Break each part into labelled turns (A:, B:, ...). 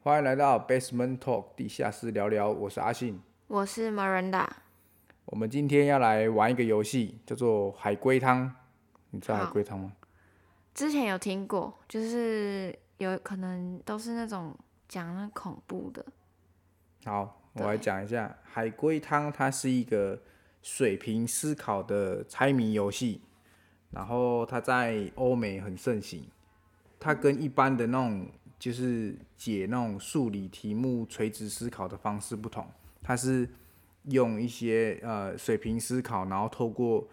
A: 欢迎来到 Basement Talk 地下室聊聊，我是阿信。
B: 我是 Miranda，
A: 我们今天要来玩一个游戏，叫做海龟汤。你知道海
B: 好
A: 龟汤吗？
B: 之前有听过，就是有可能都是那种讲那恐怖的，
A: 好，我
B: 对
A: 来讲一下海龟汤，它是一个水平思考的猜谜游戏，然后它在欧美很盛行。它跟一般的那种就是解那种数理题目垂直思考的方式不同，它是用一些呃水平思考，然后透过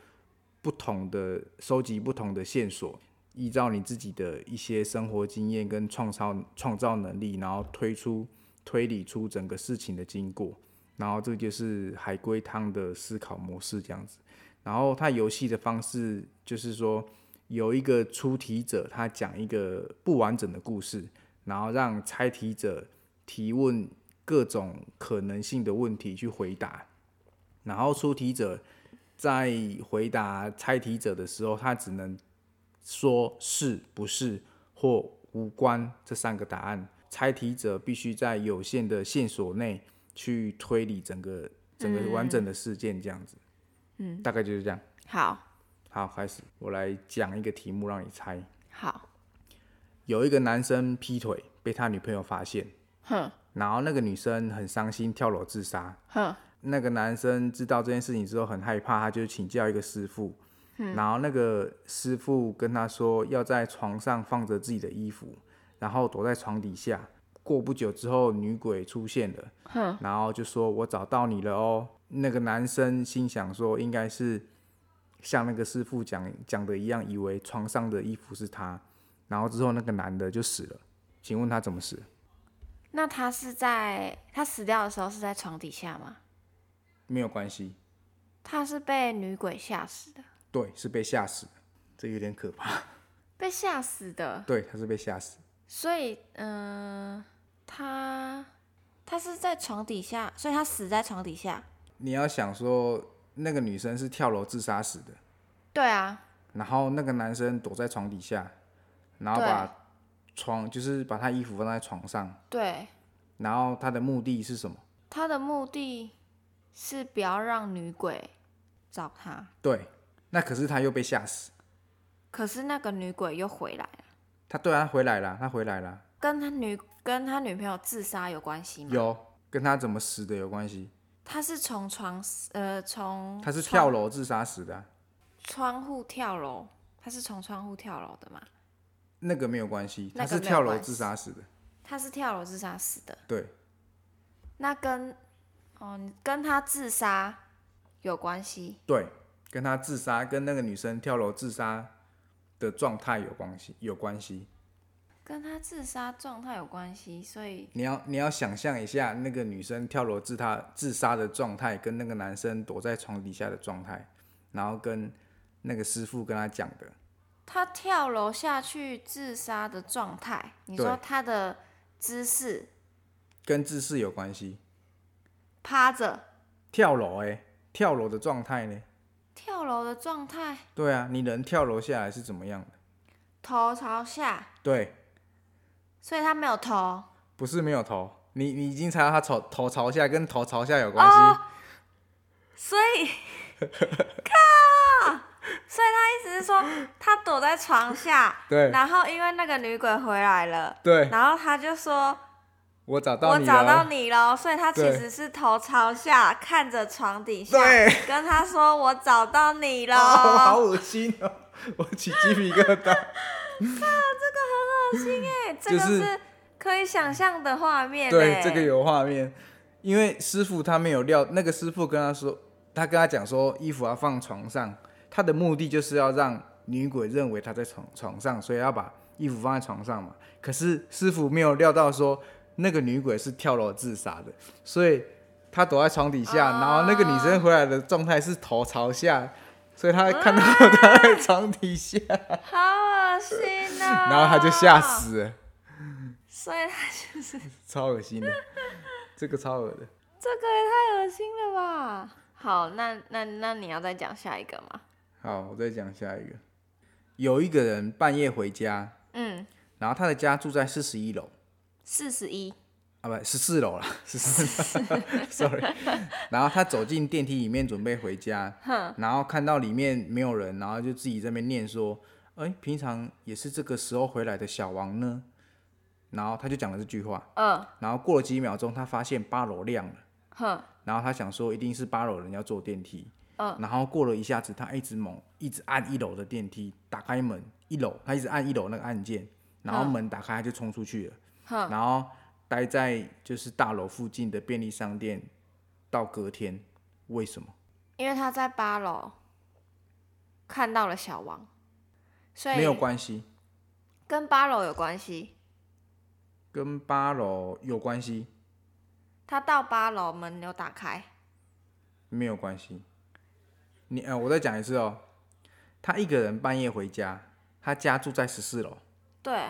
A: 不同的收集不同的线索，依照你自己的一些生活经验跟创造创造能力，然后推出推理出整个事情的经过，然后这就是海龟汤的思考模式这样子。然后它游戏的方式就是说，有一个出题者他讲一个不完整的故事，然后让猜题者提问各种可能性的问题去回答，然后出题者在回答猜题者的时候，他只能说是不是或无关这三个答案。猜题者必须在有限的线索内去推理整个整个完整的事件，这样子。嗯，大概就是这样。
B: 好，
A: 好，开始，我来讲一个题目让你猜。
B: 好，
A: 有一个男生劈腿被他女朋友发现，
B: 哼
A: 然后那个女生很伤心，跳楼自杀。
B: 哼，
A: 那个男生知道这件事情之后很害怕，他就请教一个师傅，
B: 嗯
A: 然后那个师傅跟他说要在床上放着自己的衣服，然后躲在床底下。过不久之后，女鬼出现了，
B: 哼
A: 然后就说：“我找到你了哦。”那个男生心想说，应该是像那个师傅讲讲的一样，以为床上的衣服是他。然后之后那个男的就死了。请问他怎么死？
B: 那他是在他死掉的时候是在床底下吗？
A: 没有关系，
B: 他是被女鬼吓死的，
A: 对，是被吓死的。这有点可怕。
B: 被吓死的，
A: 对，他是被吓死。
B: 所以嗯、呃他他是在床底下，所以他死在床底下。
A: 你要想说，那个女生是跳楼自杀死的，
B: 对啊，
A: 然后那个男生躲在床底下，然后
B: 对
A: 把床就是把他衣服放在床上，
B: 对，
A: 然后他的目的是什么？
B: 他的目的是不要让女鬼找他，
A: 对，那可是他又被吓死。
B: 可是那个女鬼又回来了，
A: 他对啊他回来了，他回来了，
B: 跟他女跟他女朋友自杀有关系吗？，
A: 有跟他怎么死的有关系。
B: 他是从床呃从
A: 他是
B: 窗
A: 跳楼自杀死的啊、
B: 窗户跳楼，他是从窗户跳楼的嘛？
A: 那个没有关系，他
B: 那
A: 是
B: 个没有
A: 跳楼
B: 关
A: 自
B: 系
A: 杀死的。
B: 他是跳楼自杀死的，
A: 对，
B: 那跟哦你跟他自杀有关系，
A: 对，跟他自杀，跟那个女生跳楼自杀的状态有关系，有关系。
B: 跟他自杀状态有关系，所以
A: 你要你要想象一下，那个女生跳楼自她自杀的状态，跟那个男生躲在床底下的状态，然后跟那个师傅跟他讲的，
B: 他跳楼下去自杀的状态，你说
A: 对
B: 他的姿势
A: 跟自视有关系。
B: 趴着
A: 跳楼哎、跳楼的状态呢？
B: 跳楼的状态，
A: 对啊，你人跳楼下来是怎么样的？
B: 头朝下，
A: 对，
B: 所以他没有头。
A: 不是没有头，你你已经猜到他头头朝下，跟头朝下有关系。
B: 哦，所 以，靠，所以他意思是说，他躲在床下，
A: 对
B: 然后因为那个女鬼回来了，
A: 对，
B: 然后他就说，
A: 我找到
B: 我
A: 你
B: 找到
A: 了。
B: 你喽，所以他其
A: 对
B: 实是头朝下看着床底下，
A: 对
B: 跟他说我找到你喽，
A: 哦，好恶心哦！我起鸡皮疙瘩。
B: 对这
A: 就
B: 个
A: 是
B: 是可以想象的画面，欸
A: 对，这个，有画面，因为师傅他没有料，那个师傅跟他说，他跟他讲说衣服要放床上，他的目的就是要让女鬼认为他在床床上，所以要把衣服放在床上嘛。可是师傅没有料到说那个女鬼是跳楼自杀的，所以他躲在床底下，然后那个女生回来的状态是头朝下。所以他看到他在床底下，
B: 好恶心哦，
A: 然后他就吓，死了，
B: 所以他就是。
A: 超恶心的，这个超恶的。
B: 这个也太恶心了吧！好，那那那你要再讲下一个吗？
A: 好，我再讲下一个。有一个人半夜回家，
B: 嗯，
A: 然后他的家住在四十一楼，
B: 四十一，
A: 啊，不，十四楼啦，十四，sorry。然 后他走进电梯里面，准备回家，然后看到里面没有人，然后就自己这边念说：“哎、平常也是这个时候回来的小王呢。”然后他就讲了这句话，
B: 嗯，
A: 然后过了几秒钟，他发现八楼亮了，
B: 哼，
A: 然后他想说一定是八楼人要坐电梯，
B: 嗯，
A: 然后过了一下子，他一直猛一直按一楼的电梯，打开门一楼，他一直按一楼那个按键，然后
B: 嗯
A: 门打开他就冲出去了，
B: 哼，
A: 然后待在就是大楼附近的便利商店到隔天，为什么？
B: 因为他在八楼看到了小王，所以
A: 没有关系，
B: 跟八楼有关系。
A: 跟八楼有关系，
B: 他到八楼门有打开，
A: 没有关系。你呃，我再讲一次哦，他一个人半夜回家，他家住在十四楼。
B: 对，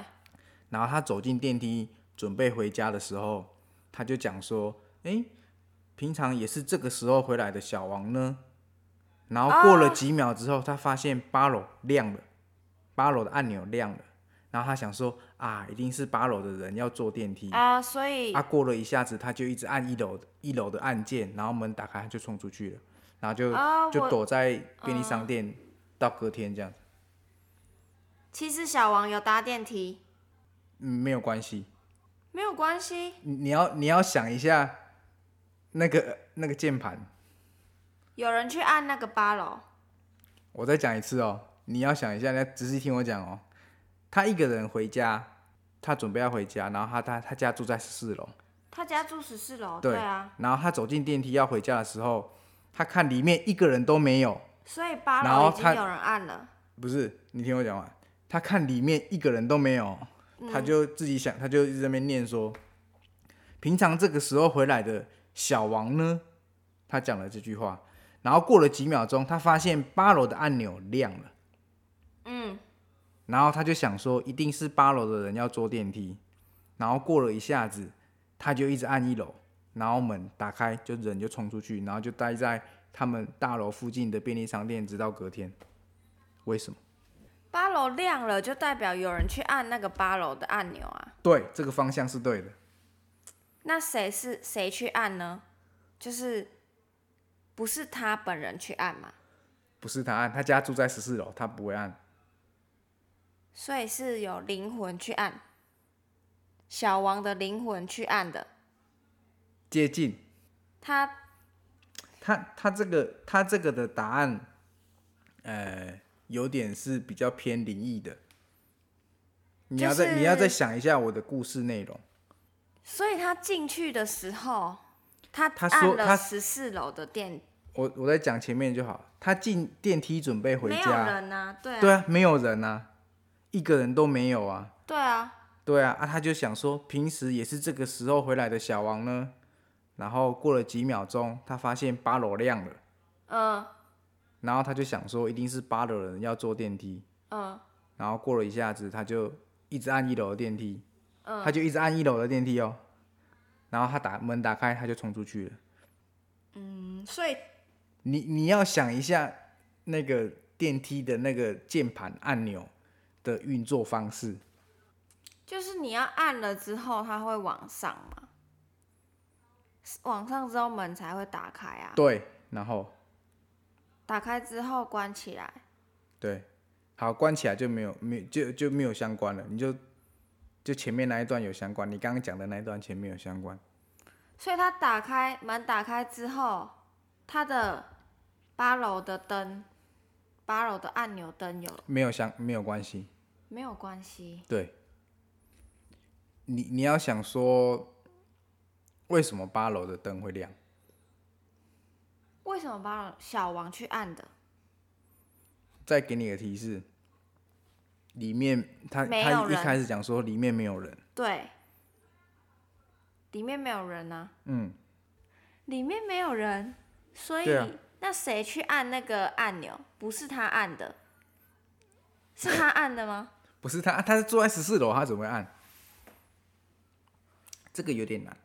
A: 然后他走进电梯准备回家的时候，他就讲说：“诶，平常也是这个时候回来的小王呢。”然后过了几秒之后，他发现八楼亮了，八楼的按钮亮了，然后他想说：“啊，一定是八楼的人要坐电梯。”
B: 啊、所以
A: 啊，过了一下子，他就一直按一楼一楼的按键，然后门打开，他就冲出去了，然后就、
B: 啊
A: 就
B: 我嗯
A: 躲在便利商店、到隔天这样子，
B: 其实小王有搭电梯，
A: 嗯，没有关系。
B: 没有关系，
A: 你你要你要想一下那个那个键盘，
B: 有人去按那个八楼。
A: 我再讲一次哦，你要想一下，你要仔细听我讲哦。他一个人回家，他准备要回家，然后他他他家住在十四楼，
B: 他家住十四楼，
A: 对
B: 对啊，
A: 然后他走进电梯要回家的时候，他看里面一个人都没有，
B: 所以八
A: 然后
B: 楼已经
A: 他
B: 有人按了。
A: 不是，你听我讲完，他看里面一个人都没有，他就自己想，他就一直在那边念说，平常这个时候回来的小王呢，他讲了这句话，然后过了几秒钟，他发现八楼的按钮亮了，
B: 嗯，
A: 然后他就想说，一定是八楼的人要坐电梯，然后过了一下子，他就一直按一楼，然后门打开，就人就冲出去，然后就待在他们大楼附近的便利商店，直到隔天。为什么？
B: 八楼亮了，就代表有人去按那个八楼的按钮啊。
A: 对，这个方向是对的。
B: 那谁是谁去按呢？就是不是他本人去按嘛？
A: 不是他按，他家住在十四楼，他不会按。
B: 所以是有灵魂去按，小王的灵魂去按的。
A: 接近
B: 他
A: 他他这个他这个的答案，呃，有点是比较偏灵异的。你要再、
B: 就是
A: 你要再想一下我的故事内容。
B: 所以他进去的时候，他
A: 他说
B: 按
A: 他
B: 了十四楼的电，
A: 我我再讲前面就好。他进电梯准备回
B: 没有
A: 家，
B: 人啊，对啊，
A: 对啊，没有人啊，一个人都没有啊。
B: 对啊，
A: 对啊，啊，他就想说，平时也是这个时候回来的小王呢。然后过了几秒钟，他发现八楼亮了，
B: 嗯
A: 然后他就想说，一定是八楼的人要坐电梯。
B: 嗯
A: 然后过了一下子，他就一直按一楼的电梯，他就一直按一楼的电梯哦。然后他打门打开，他就冲出去了。
B: 嗯，所以
A: 你你要想一下那个电梯的那个键盘按钮的运作方式，
B: 就是你要按了之后，它会往上嘛，往上之后门才会打开啊，
A: 对，然后
B: 打开之后关起来，
A: 对，好关起来就没有没有就就没有相关了，你就就前面那一段有相关，你刚刚讲的那一段前面有相关，
B: 所以它打开门打开之后，它的八楼的灯，八楼的按钮灯有
A: 没有相没有关系，
B: 没有关系？
A: 对，你你要想说，为什么八楼的灯会亮？
B: 为什么八楼小王去按的？
A: 再给你个提示，里面他
B: 没
A: 他
B: 有
A: 一
B: 人
A: 开始讲说里面没有人，
B: 对，里面没有人啊，
A: 嗯，
B: 里面没有人，所以、
A: 对啊
B: 那谁去按那个按钮？不是他按的，是他按的吗？
A: 不是他，他是住在十四楼，他怎么会按？这个有点难，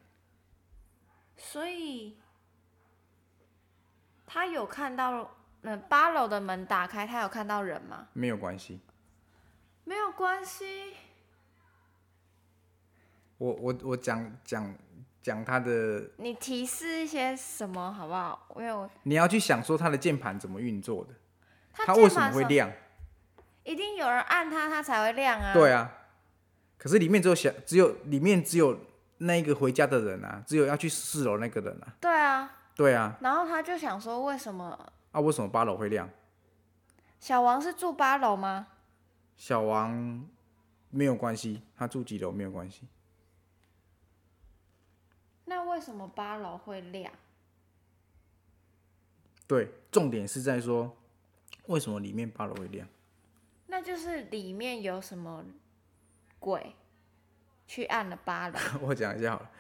B: 所以他有看到，嗯，八楼的门打开，他有看到人吗？
A: 没有关系。
B: 没有关系，
A: 我我我讲讲讲它的，
B: 你提示一些什么好不好？因为我
A: 你要去想说它的键盘怎么运作的，它
B: 它
A: 为
B: 键
A: 什么
B: 盘
A: 会
B: 手
A: 亮？
B: 一定有人按它，它才会亮啊。
A: 对啊，可是里面只有小，只有里面只有那一个回家的人啊，只有要去四楼那个人啊。
B: 对啊，
A: 对啊，
B: 然后他就想说，为什么
A: 啊，为什么八楼会亮？
B: 小王是住八楼吗？
A: 小王没有关系，他住几楼没有关系。
B: 那为什么八楼会亮？
A: 对，重点是在说为什么里面八楼会亮。
B: 那就是里面有什么鬼去按了八楼。
A: 我讲一下好了，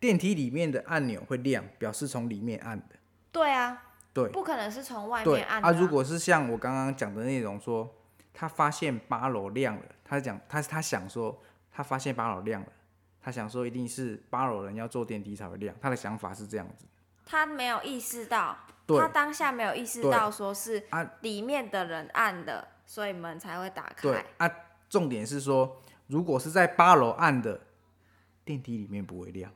A: 电梯里面的按钮会亮，表示从里面按的。
B: 对啊，
A: 对
B: 不可能是从外
A: 对
B: 面按的、
A: 啊，如果是像我刚刚讲的内容说，他发现八楼亮了，他讲他他想说他发现八楼亮了，他想说一定是八楼人要坐电梯才会亮，他的想法是这样子。
B: 他没有意识到，
A: 对
B: 他当下没有意识
A: 对
B: 到说是
A: 啊
B: 里面的人按的，所以门才会打
A: 对
B: 开。
A: 啊，重点是说，如果是在八楼按的，电梯里面不会亮，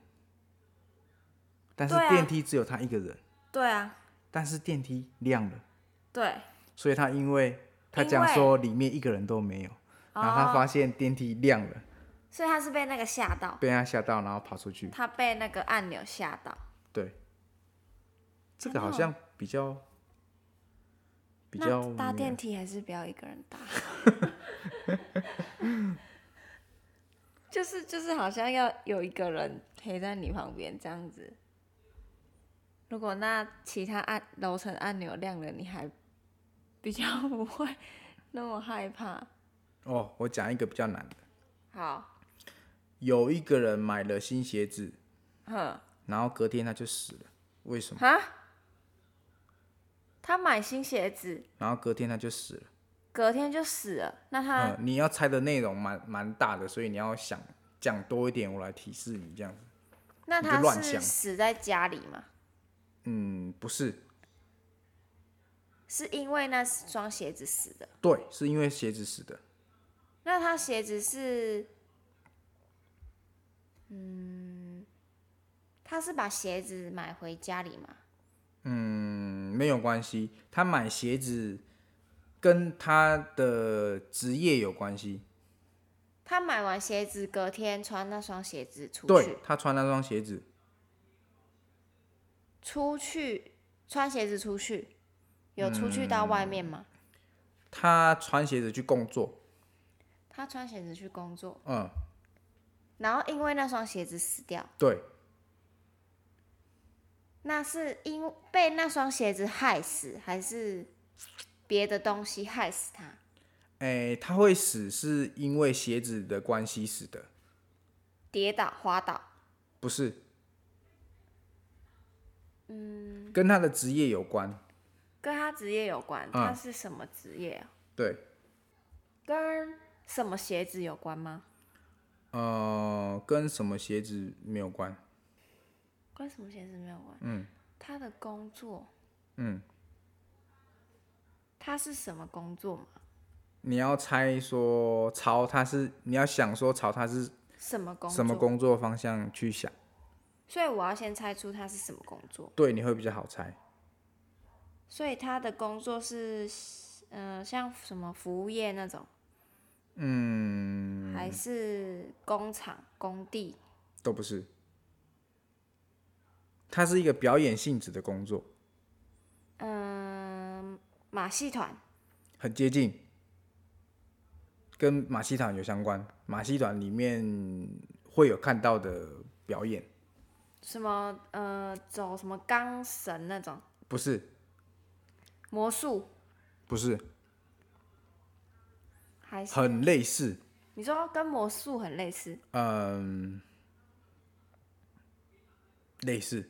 A: 但是
B: 对啊
A: 电梯只有他一个人，
B: 对啊，
A: 但是电梯亮了，
B: 对，
A: 所以他因为他
B: 因
A: 讲
B: 为
A: 说里面一个人都没有，然后他
B: 哦
A: 发现电梯亮了，
B: 所以他是被那个吓到，
A: 被他吓到，然后跑出去。
B: 他被那个按钮吓到。
A: 对，这个
B: 真的
A: 好
B: 哦
A: 像比较比较
B: 那搭
A: 没
B: 电梯还是不要一个 人搭，就是就是好像要有一个人陪在你旁边这样子。如果那其他按楼层按钮亮了，你还比较不会那么害怕。
A: 哦。我讲一个比较难的，
B: 好，
A: 有一个人买了新鞋子，
B: 哼，
A: 然后隔天他就死了，为什么？
B: 哈，他买新鞋子，
A: 然后隔天他就死了。
B: 隔天就死了。那他、
A: 嗯，你要猜的内容蛮蛮大的，所以你要想讲多一点，我来提示你这样子。
B: 那
A: 你就
B: 他
A: 乱
B: 是
A: 想
B: 死在家里吗？
A: 嗯，不是，
B: 是因为那双鞋子死的？
A: 对，是因为鞋子死的。
B: 那他鞋子是，嗯，嗯他是把鞋子买回家里吗？
A: 嗯，没有关系，他买鞋子跟他的职业有关系。
B: 他买完鞋子隔天穿那双鞋子出
A: 对
B: 去，
A: 他穿那双鞋子，
B: 出去穿鞋子出去，有出去到外面
A: 嗯
B: 吗？
A: 他穿鞋子去工作，
B: 他穿鞋子去工作，
A: 嗯，
B: 然后因为那双鞋子死掉，
A: 对，
B: 那是因被那双鞋子害死，还是别的东西害死他？
A: 诶，他会死是因为鞋子的关系死的，
B: 跌倒、滑倒，
A: 不是？嗯，跟他的职业有关，
B: 跟他职业有关。
A: 嗯
B: 他是什么职业啊？
A: 对，
B: 跟什么鞋子有关吗？
A: 呃，跟什么鞋子没有关，
B: 跟什么鞋子没有关？嗯，他的工作，
A: 嗯，
B: 他是什么工作嘛？
A: 你要猜说朝他是，你要想说朝他是
B: 什么工作？
A: 什么？工作方向去想，
B: 所以我要先猜出他是什么工作。
A: 对，你会比较好猜，
B: 所以他的工作是，呃，像什么服务业那种，
A: 嗯，
B: 还是工厂、工地？
A: 都不是，他是一个表演性质的工作，
B: 嗯、马戏团。
A: 很接近，跟马戏团有相关。马戏团里面会有看到的表演，
B: 什么呃，走什么钢绳那种
A: 不是，
B: 魔术，
A: 不是，
B: 还是
A: 很类似。
B: 你说跟魔术很类似？
A: 嗯，类似。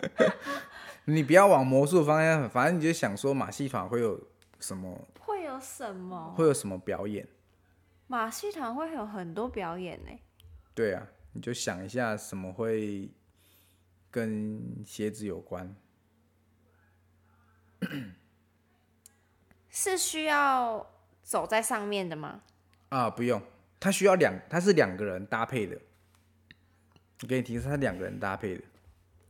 A: 你不要往魔术方向，反正你就想说马戏团会有什么，
B: 会有什么？
A: 会有什么表演。
B: 马戏团会有很多表演呢、
A: 对啊，你就想一下什么会跟鞋子有关。
B: 是需要走在上面的吗？
A: 啊，不用，它需要两，它是两个人搭配的，我给你提示，它两个人搭配的。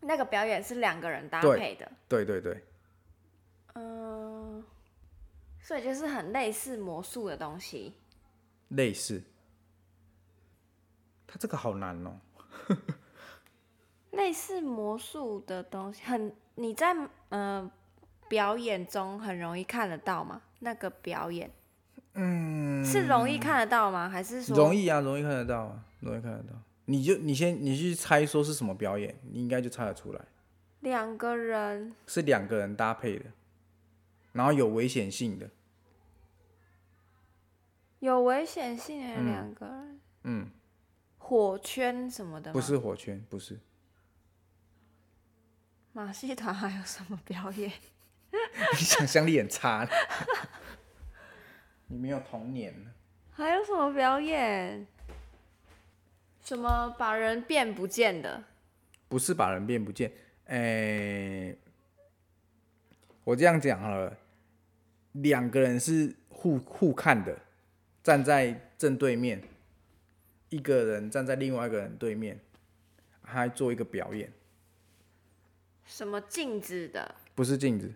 B: 那个表演是两个人搭
A: 对
B: 配的，
A: 对对对，
B: 嗯、所以就是很类似魔术的东西。
A: 类似。它这个好难哦、
B: 类似魔术的东西，很你在呃表演中很容易看得到吗？那个表演，嗯，是容易看得到吗？还是说
A: 容易啊，容易看得到啊，容易看得到。你就你先你去猜说是什么表演，你应该就猜得出来，
B: 两个人
A: 是两个人搭配的，然后有危险性的，
B: 有危险性的两个人？嗯，火圈什么的吗
A: 不是火圈，不是。
B: 马戏团还有什么表演？
A: 你想象力很差，你没有童年。
B: 还有什么表演？什么把人变不见的？
A: 不是把人变不见，诶、我这样讲好了，两个人是互互看的，站在正对面，一个人站在另外一个人对面，还做一个表演，
B: 什么镜子的？
A: 不是镜子，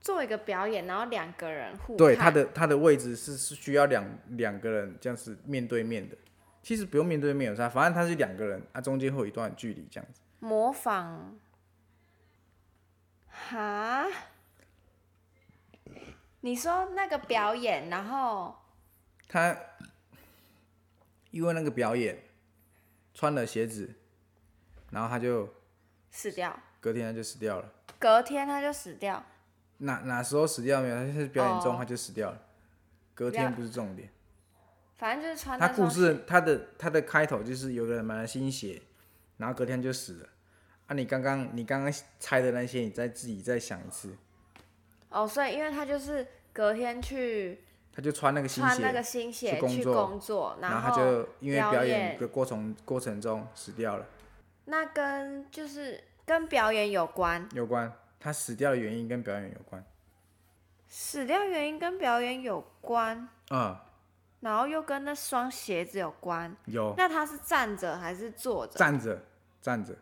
B: 做一个表演，然后两个人互
A: 对，
B: 看
A: 他的他的位置是是需要两两个人这样子面对面的，其实不用面对面有啥，反正他是两个人，啊，中间会有一段距离这样子，
B: 模仿，哈？你说那个表演，然后
A: 他因为那个表演穿了鞋子，然后他就。
B: 死掉，
A: 隔天他就死掉了。
B: 隔天他就死掉。
A: 哪哪时候死掉没有？他是表演中
B: 哦
A: 他就死掉了，隔
B: 了
A: 天不是重点。
B: 反正就是穿
A: 他
B: 那
A: 故
B: 双
A: 事他的他的开头就是有个人买了新鞋，然后隔天就死了。啊，你刚刚你刚刚猜的那些，你再自己再想一次。
B: 哦，所以因为他就是隔天去
A: 他就穿那个新
B: 穿
A: 鞋，
B: 那个新鞋
A: 去工
B: 去
A: 作
B: 工作，
A: 然
B: 后
A: 他就因为表
B: 表
A: 演
B: 演
A: 的过程过程中死掉了。
B: 那跟就是跟表演有关，
A: 有关他死掉的原因跟表演有关。
B: 死掉原因跟表演有关，
A: 嗯，
B: 然后又跟那双鞋子有关。
A: 有
B: 那他是站着还是坐着？
A: 站着站着，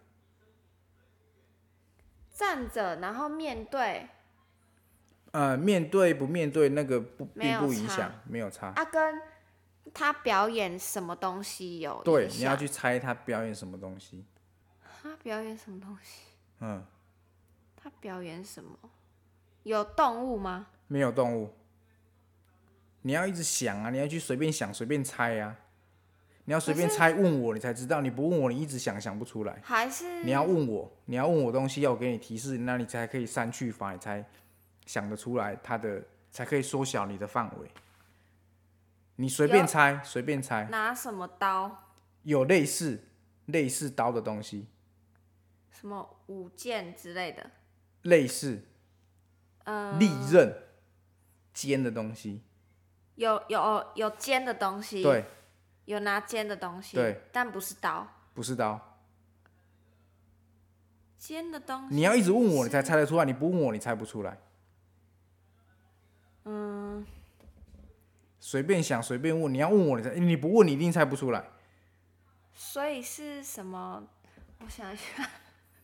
B: 站着，然后面对
A: 呃，面对不面对那个不
B: 没
A: 并
B: 有
A: 不影
B: 差
A: 响，没有差。
B: 啊，跟他表演什么东西有
A: 对
B: 影，响
A: 你要去猜他表演什么东西。
B: 他表演什么东西？
A: 嗯，
B: 他表演什么？有动物吗？
A: 没有动物，你要一直想啊，你要去随便想，随便猜啊。你要随便猜，问我你才知道，你不问我你一直想想不出来。
B: 还是
A: 哎你要问我，你要问我东西，要我给你提示，那你才可以删去法，你才想得出来它的，才可以缩小你的范围。你随便
B: 有
A: 猜，随便猜，
B: 拿什么刀？
A: 有类似类似刀的东西，
B: 什么舞剑之类的？
A: 类似
B: 嗯、
A: 利刃、尖的东西，
B: 有有有尖的东西，
A: 对，，
B: 有拿尖的东西，
A: 对，
B: 但不是刀，
A: 不是刀，
B: 尖的东西。
A: 你要一直问我，你
B: 是
A: 才猜得出来。你不问我，你猜不出来。
B: 嗯，
A: 随便想，随便问，你要问我，你才你不问，你一定猜不出来。
B: 所以是什么？我想一下，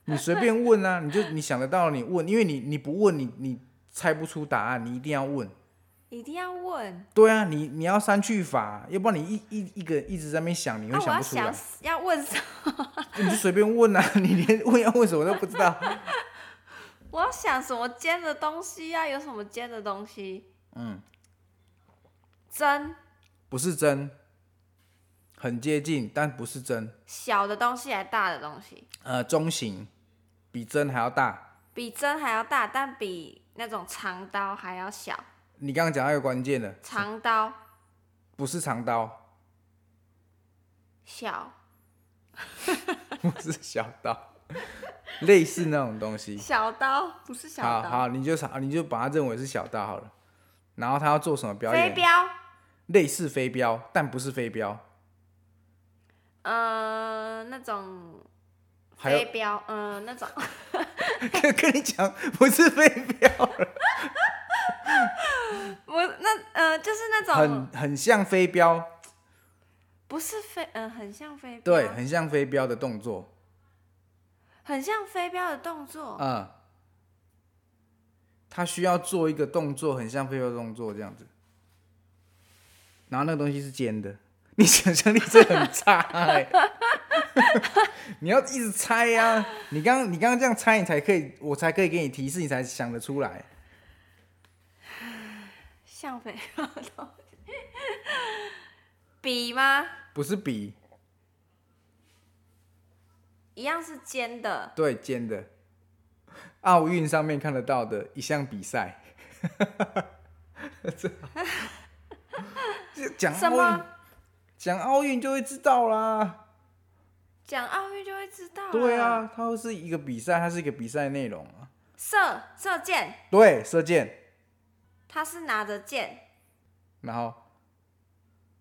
A: 你随便问啊，你就你想得到，你问，因为你你不问，你你猜不出答案，你一定要问。
B: 一定要问。
A: 对啊，你你要删去法，啊要不然你一一一个一直在那边想，你
B: 那、
A: 会
B: 啊我
A: 想
B: 要
A: 不出来。
B: 想要问什么？
A: 你就随便问啊， 你连问要问什么都不知道。
B: 我要想什么尖的东西啊？有什么尖的东西？
A: 嗯，
B: 针
A: 不是真，很接近，但不是真。
B: 小的东西还大的东西？
A: 呃，中型，比真还要大。
B: 比针还要大，但比那种长刀还要小。
A: 你刚刚讲到一个关键的，
B: 长刀
A: 不是长刀，
B: 小
A: 不是小刀，类似那种东西。
B: 小刀不是小
A: 好
B: 刀，
A: 好，你就好你就把它认为是小刀好了。然后他要做什么表
B: 飞
A: 演？
B: 镖。
A: 类似飞镖，但不是飞镖，
B: 呃，那种
A: 还有
B: 飞镖，呃，那种
A: 跟 跟你讲，不是飞镖，
B: 我那呃，就是那种
A: 很很像飞镖，
B: 不是飞，嗯、很像飞镖，
A: 对，很像飞镖的动作，
B: 很像飞镖的动作。
A: 嗯，他需要做一个动作，很像飞镖动作这样子，然后那个东西是尖的， 你想象力真的很差、欸， 你要一直猜呀、你刚刚你刚刚这样猜，你才可以，我才可以给你提示，你才想得出来。
B: 像飞镖的东西， 笔吗？
A: 不是笔，
B: 一样是尖的，
A: 对，尖的。奥运上面看得到的一项比赛， 这这讲
B: 什
A: 奥运
B: 么，
A: 讲奥运就会知道啦。
B: 讲奥运就会知道。
A: 对，啊，它会是一个比赛，它是一个比赛内容啊。
B: 射射箭，
A: 对，射箭，
B: 他是拿着箭，
A: 然后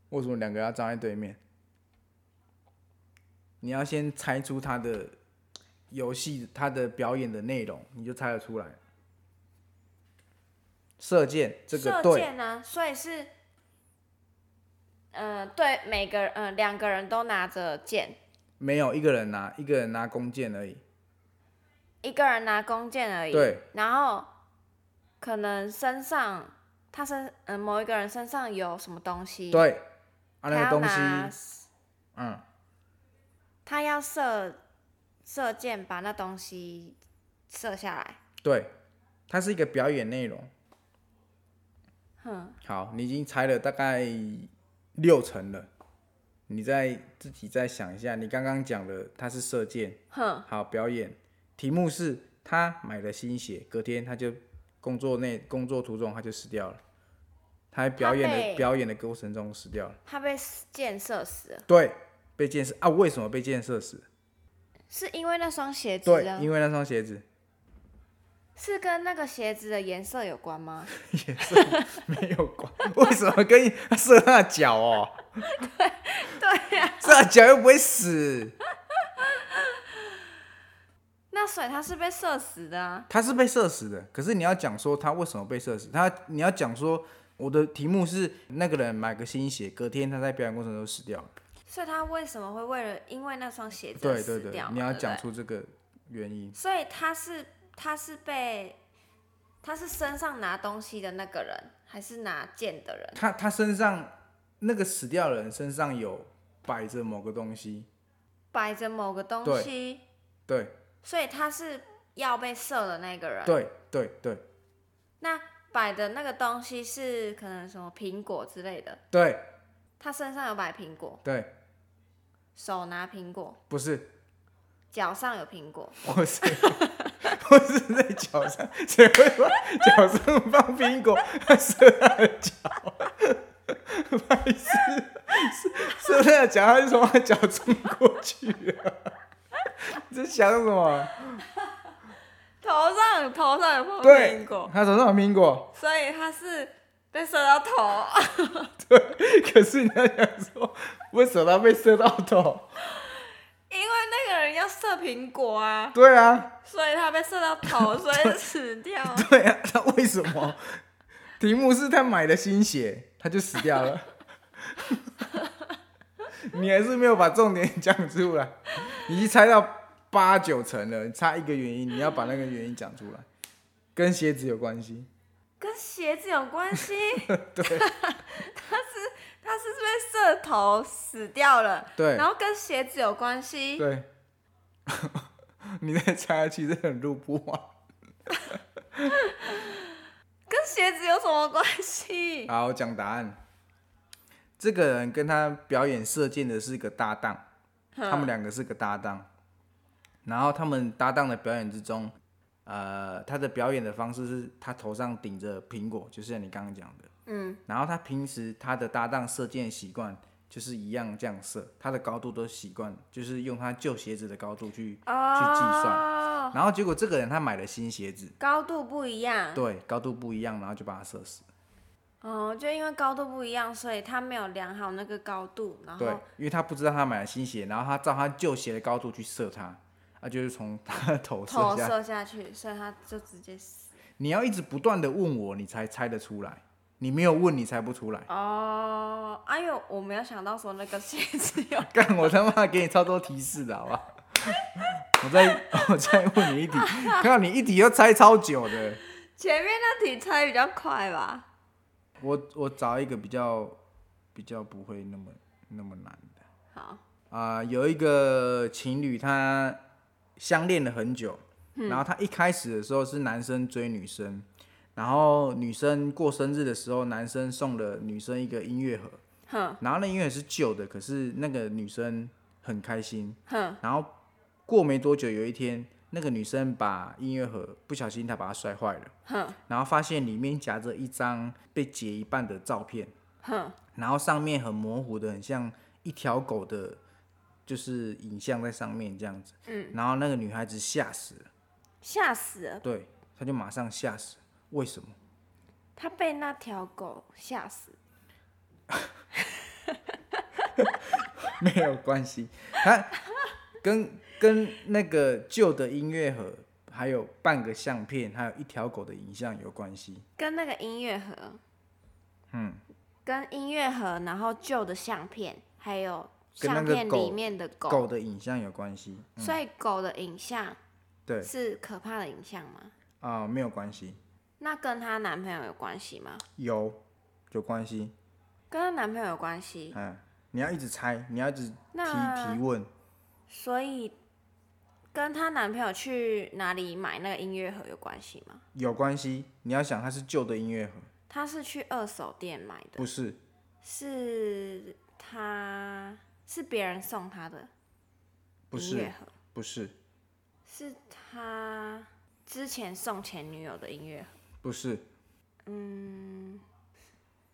A: 为什么两个要站在对面？你要先猜出他的游戏，他的表演的内容，你就猜得出来。射箭这个
B: 射
A: 对，
B: 箭呢、啊，所以是，呃，对，每个人呃两个人都拿着箭，
A: 没有一个人拿，一个人拿弓箭而已。
B: 一个人拿弓箭而已。
A: 对，
B: 然后可能身上他身嗯、呃、某一个人身上有什么东西，
A: 对，啊，
B: 他
A: 那个
B: 要
A: 东
B: 拿
A: 西，嗯，
B: 他要射射箭把那东西射下来。
A: 对，它是一个表演内容。
B: 哼，
A: 好，你已经猜了大概六成了，你再自己再想一下，你刚刚讲的它是射箭，
B: 哼，
A: 好表演，题目是他买了新鞋，隔天他就工作内工作途中他就死掉了，他在表演
B: 他
A: 的
B: 被
A: 表演的过程中死掉了，
B: 他被箭射死了，
A: 对，被箭射啊？为什么被箭射死？
B: 是因为那双鞋子
A: 对，
B: 啊
A: 因为那双鞋子
B: 是跟那个鞋子的颜色有关吗？
A: 也是没有关，为什么跟他射他的脚哦？
B: 对呀、
A: 射他的脚又不会死。
B: 那所以他是被射死的啊。
A: 他是被射死的，可是你要讲说他为什么被射死，他你要讲说我的题目是那个人买个新鞋，隔天他在表演过程中死掉了。
B: 所以他为什么会为了因为那双鞋子
A: 对
B: 而
A: 对
B: 死
A: 对
B: 掉，嘛？
A: 你要
B: 对不对
A: 讲出这个原因。
B: 所以他是他是被他是身上拿东西的那个人，还是拿剑的人？
A: 他他身上那个死掉的人身上有摆着某个东西，
B: 摆着某个东
A: 对
B: 西，
A: 对
B: 所以他是要被射的那个人。
A: 对对对
B: 那摆的那个东西是可能什么苹果之类的，
A: 对
B: 他身上有摆苹果，
A: 对，
B: 手拿苹果，
A: 不是
B: 脚上有苹果，
A: 我是我是在脚上，谁会把脚上放苹果？他射他的脚，白痴，射射他的脚，他就从他脚冲过去了。你在想什么？
B: 头上头上有放
A: 对
B: 苹果，，
A: 他手上有苹果，
B: 所以他是被射到头。
A: 可是你要想说，为什么他被射到头？
B: 因为那个人要射苹果啊，
A: 对啊，
B: 所以他被射到头，所以死掉。
A: 对啊，他为什么？题目是他买了新鞋，他就死掉了。 你还是没有把重点讲出来，你已经猜到八九成了，你差一个原因，你要把那个原因讲出来，跟鞋子有关系。
B: 跟鞋子有 关系？对，他是他是被射头死掉了，
A: 对
B: 然后跟鞋子有关系。
A: 对， 你再猜下去真的很录不完。
B: 跟鞋子有什么关系？
A: 好，我讲答案。这个人跟他表演射箭的是一个搭档，他们两个是个搭档。然后他们搭档的表演之中，呃，他的表演的方式是他头上顶着苹果，就是像你刚刚讲的。
B: 嗯，
A: 然后他平时他的搭档射箭习惯就是一样这样射，他的高度都习惯就是用他旧鞋子的高度去。去计
B: 哦，
A: 然后结果这个人他买了新鞋子，
B: 高度不一样。
A: 对，高度不一样，然后就把他射死。
B: 哦，就因为高度不一样，所以他没有量好那个高度，然
A: 对
B: 后，
A: 因为他不知道他买了新鞋，然后他照他旧鞋的高度去射他，啊，就是从他的头射
B: 头
A: 下。
B: 射下去，所以他就直接死。
A: 你要一直不断的问我，你才猜得出来。你没有问，你猜不出来。
B: 哦，哎呦，我没有想到说那个鞋子有
A: 干，我他妈给你超多提示的好不好？ 我再 我再问你一题， 看你一题要猜超久的。
B: 前面那题猜比较快吧？
A: 我我找一个比较比较不会那么那么难的
B: 好，
A: 啊、有一个情侣他相恋了很久，
B: 嗯
A: 然后他一开始的时候是男生追女生，然后女生过生日的时候，男生送了女生一个音乐盒，
B: 哼
A: 然后那音乐盒是旧的，可是那个女生很开心，
B: 哼，
A: 然后过没多久，有一天，那个女生把音乐盒不小心她把它摔坏了，
B: 哼
A: 然后发现里面夹着一张被截一半的照片，
B: 哼，
A: 然后上面很模糊的，很像一条狗的，就是影像在上面这样子。
B: 嗯，
A: 然后那个女孩子吓死了，
B: 吓死了！
A: 对，她就马上吓死了，为什么？
B: 他被那条狗吓死。
A: 没有关系，它跟跟那个旧的音乐盒，还有半个相片，还有一条狗的影像有关系。
B: 跟那个音乐盒，
A: 嗯，
B: 跟音乐盒，然后旧的相片，还有
A: 跟那
B: 相
A: 个
B: 片
A: 狗
B: 里面的狗，
A: 狗的影像有关系，
B: 所以狗的影像
A: 对
B: 是可怕的影像吗？
A: 啊、没有关系，
B: 那跟她男朋友有关系吗？
A: 有有关系，
B: 跟她男朋友有关系，
A: 嗯，你要一直猜，你要一直提
B: 那
A: 提问，
B: 所以跟她男朋友去哪里买那个音乐盒有关系吗？
A: 有关系，你要想它是旧的音乐盒，
B: 她是去二手店买的，
A: 不是，
B: 是她是别人送她的
A: 不
B: 音乐
A: 是，
B: 盒，
A: 不是，
B: 是她之前送前女友的音乐盒。
A: 不是，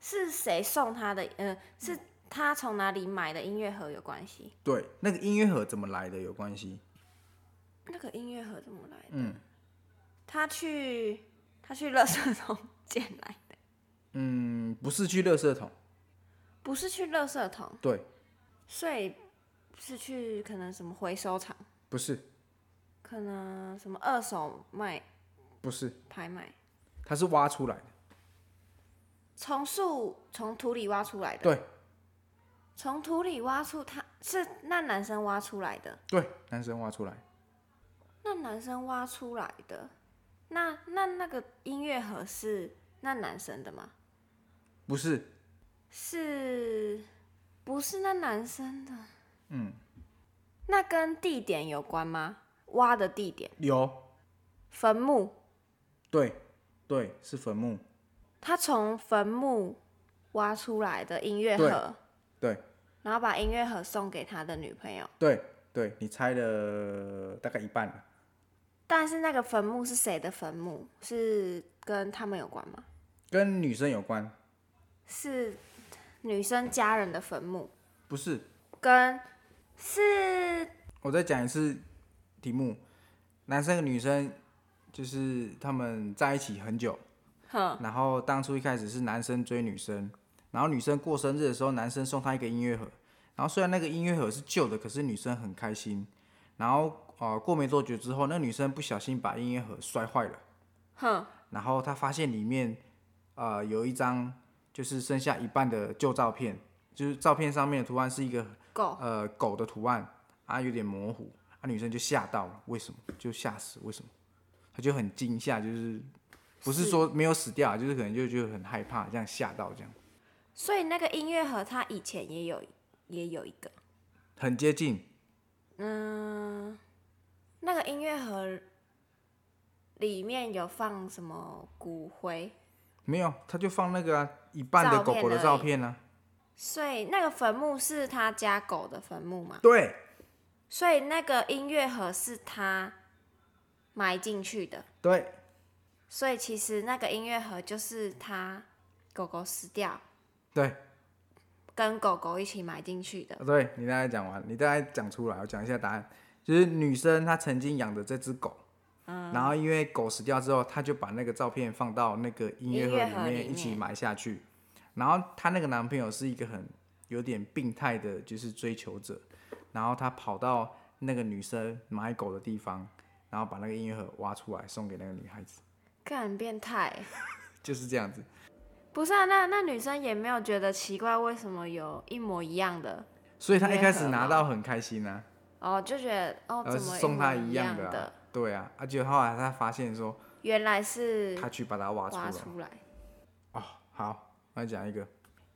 B: 是谁送他的？嗯、是他从哪里买的音乐盒有关系？
A: 对，那个音乐盒怎么来的有关系，
B: 那个音乐盒怎么来的？
A: 嗯
B: 他去他去垃圾桶捡来的，
A: 嗯，不是去垃圾桶，
B: 不是去垃圾桶，
A: 对，
B: 所以是去可能什么回收厂，
A: 不是，
B: 可能什么二手卖
A: 不是，
B: 拍卖，
A: 它是挖出来的，
B: 从树从土里挖出来的，
A: 对
B: 从土里挖出他是那男生挖出来的，
A: 对，男生挖出来，
B: 那男生挖出来的，那那那个音乐盒是那男生的吗？
A: 不是，
B: 是不是那男生的？
A: 嗯，
B: 那跟地点有关吗？挖的地点，
A: 有，
B: 坟墓。
A: 对对，是坟墓，
B: 他从坟墓挖出来的音乐盒，
A: 对
B: 然后把音乐盒送给他的女朋友。
A: 对对，你猜了大概一半了。
B: 但是那个坟墓是谁的坟墓？是跟他们有关吗？
A: 跟女生有关，
B: 是女生家人的坟墓，
A: 不是。
B: 跟是
A: 我再讲一次题目：男生跟女生就是他们在一起很久，
B: 哼
A: 然后当初一开始是男生追女生，然后女生过生日的时候，男生送她一个音乐盒，然后虽然那个音乐盒是旧的，可是女生很开心。然后呃，过没多久之后，那女生不小心把音乐盒摔坏了，
B: 哼
A: 然后她发现里面呃有一张就是剩下一半的旧照片，就是照片上面的图案是一个
B: 狗，
A: 呃狗的图案啊，有点模糊啊，女生就吓到了，为什么？就吓死，为什么？她就很惊吓，就是不是
B: 是
A: 说没有死掉啊，就是可能就就很害怕，这样吓到这样，
B: 所以那个音乐盒他以前也有也有一个。
A: 很接近，
B: 嗯，那个音乐盒里面有放什么骨灰？
A: 没有，她就放那个啊、一半的
B: 照
A: 狗
B: 片
A: 狗的
B: 而
A: 照
B: 已
A: 片呢、啊
B: 所以那个坟墓是他家狗的坟墓嘛？
A: 对，
B: 所以那个音乐盒是他埋进去的。
A: 对，
B: 所以其实那个音乐盒就是他狗狗死掉，
A: 对，
B: 跟狗狗一起埋进去的。
A: 啊对，你大概讲完，你大概讲出来，我讲一下答案。就是女生她曾经养的这只狗，
B: 嗯
A: 然后因为狗死掉之后，她就把那个照片放到那个音乐
B: 音乐
A: 盒
B: 盒
A: 里
B: 里
A: 面一起
B: 面
A: 埋下去。然后她那个男朋友是一个很有点病态的，就是追求者，然后他跑到那个女生买狗的地方，然后把那个音乐盒挖出来送给那个女孩子，
B: 干很变态欸，
A: 就是这样子。
B: 不是啊，那那女生也没有觉得奇怪，为什么有一模一样的？
A: 所以他一开始
B: 没有
A: 拿
B: 吗
A: 到很开心啊，
B: 哦，就觉得哦，
A: 然后
B: 怎
A: 呃是
B: 么
A: 送他
B: 一模
A: 一
B: 一样
A: 的、啊
B: 的？，
A: 对啊，而且后来他发现说
B: 原来是
A: 他去把它挖出
B: 挖
A: 来，
B: 出来，
A: 哦，好，那讲一个，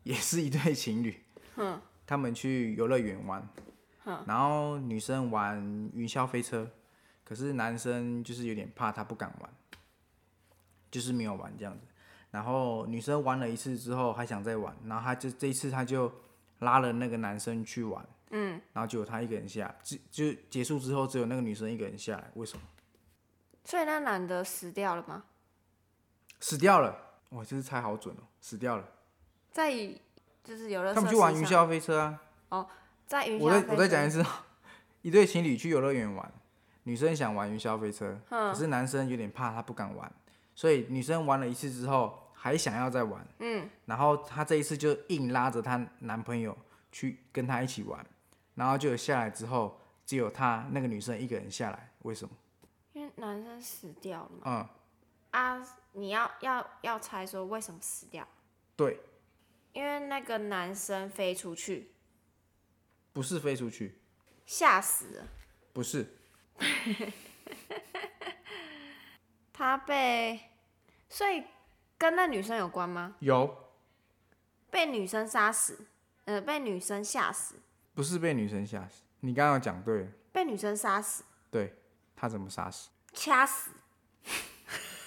A: 也是一对情侣，
B: 哼
A: 他们去游乐园玩，然后女生玩云霄飞车，可是男生就是有点怕，他不敢玩，就是没有玩这样子。然后女生玩了一次之后还想再玩，然后他就这一次他就拉了那个男生去玩，嗯，然后结果他一个人下，就就结束之后只有那个女生一个人下来，为什么？
B: 所以那男的死掉了吗？
A: 死掉了，哇，这是猜好准哦，死掉了。
B: 在就是游乐
A: 他
B: 设
A: 们
B: 施
A: 去玩云
B: 上，
A: 霄飞车啊，
B: 在云霄
A: 我再
B: 飞
A: 我再讲
B: 车
A: 一次哦， 一对情侣去游乐园玩，女生想玩云霄飞车，可是男生有点怕，他不敢玩，所以女生玩了一次之后还想要再玩，嗯，然后她这一次就硬拉着她男朋友去跟她一起玩，然后就有下来之后，只有她那个女生一个人下来，为什么？
B: 因为男生死掉了嘛。
A: 嗯，
B: 啊，你要要要猜说为什么死掉？
A: 对，
B: 因为那个男生飞出去，
A: 不是飞出去，
B: 吓死了。
A: 不是，
B: 他被，所以跟那女生有关吗？
A: 有，
B: 被女生杀死，呃，被女生吓死，
A: 不是被女生吓死，你刚刚有讲对了，
B: 被女生杀死，
A: 对，她怎么杀死？
B: 掐死，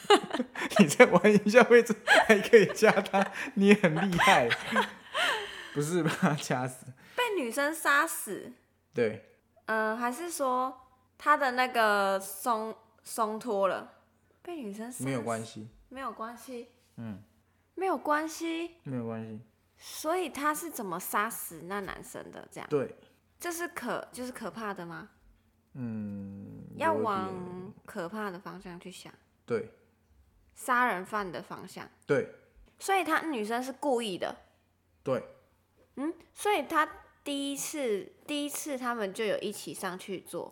A: 你在玩一下位置还可以掐他，你很厉 害，不是把他掐死？
B: 被女生杀死。
A: 对，
B: 嗯，还是说他的那个松松脱了，被女生杀
A: 没有
B: 死
A: 关系，
B: 没有关系，
A: 嗯，
B: 没有关系。
A: 没有关系。
B: 所以他是怎么杀死那男生的？这样，
A: 对，
B: 这是可就是可怕的吗？
A: 嗯，
B: 要
A: 有
B: 往
A: 点
B: 可怕的方向去想，
A: 对
B: 杀人犯的方向。
A: 对
B: 所以他女生是故意的，
A: 对
B: 嗯，所以他第一次第一次他们就有一起上去做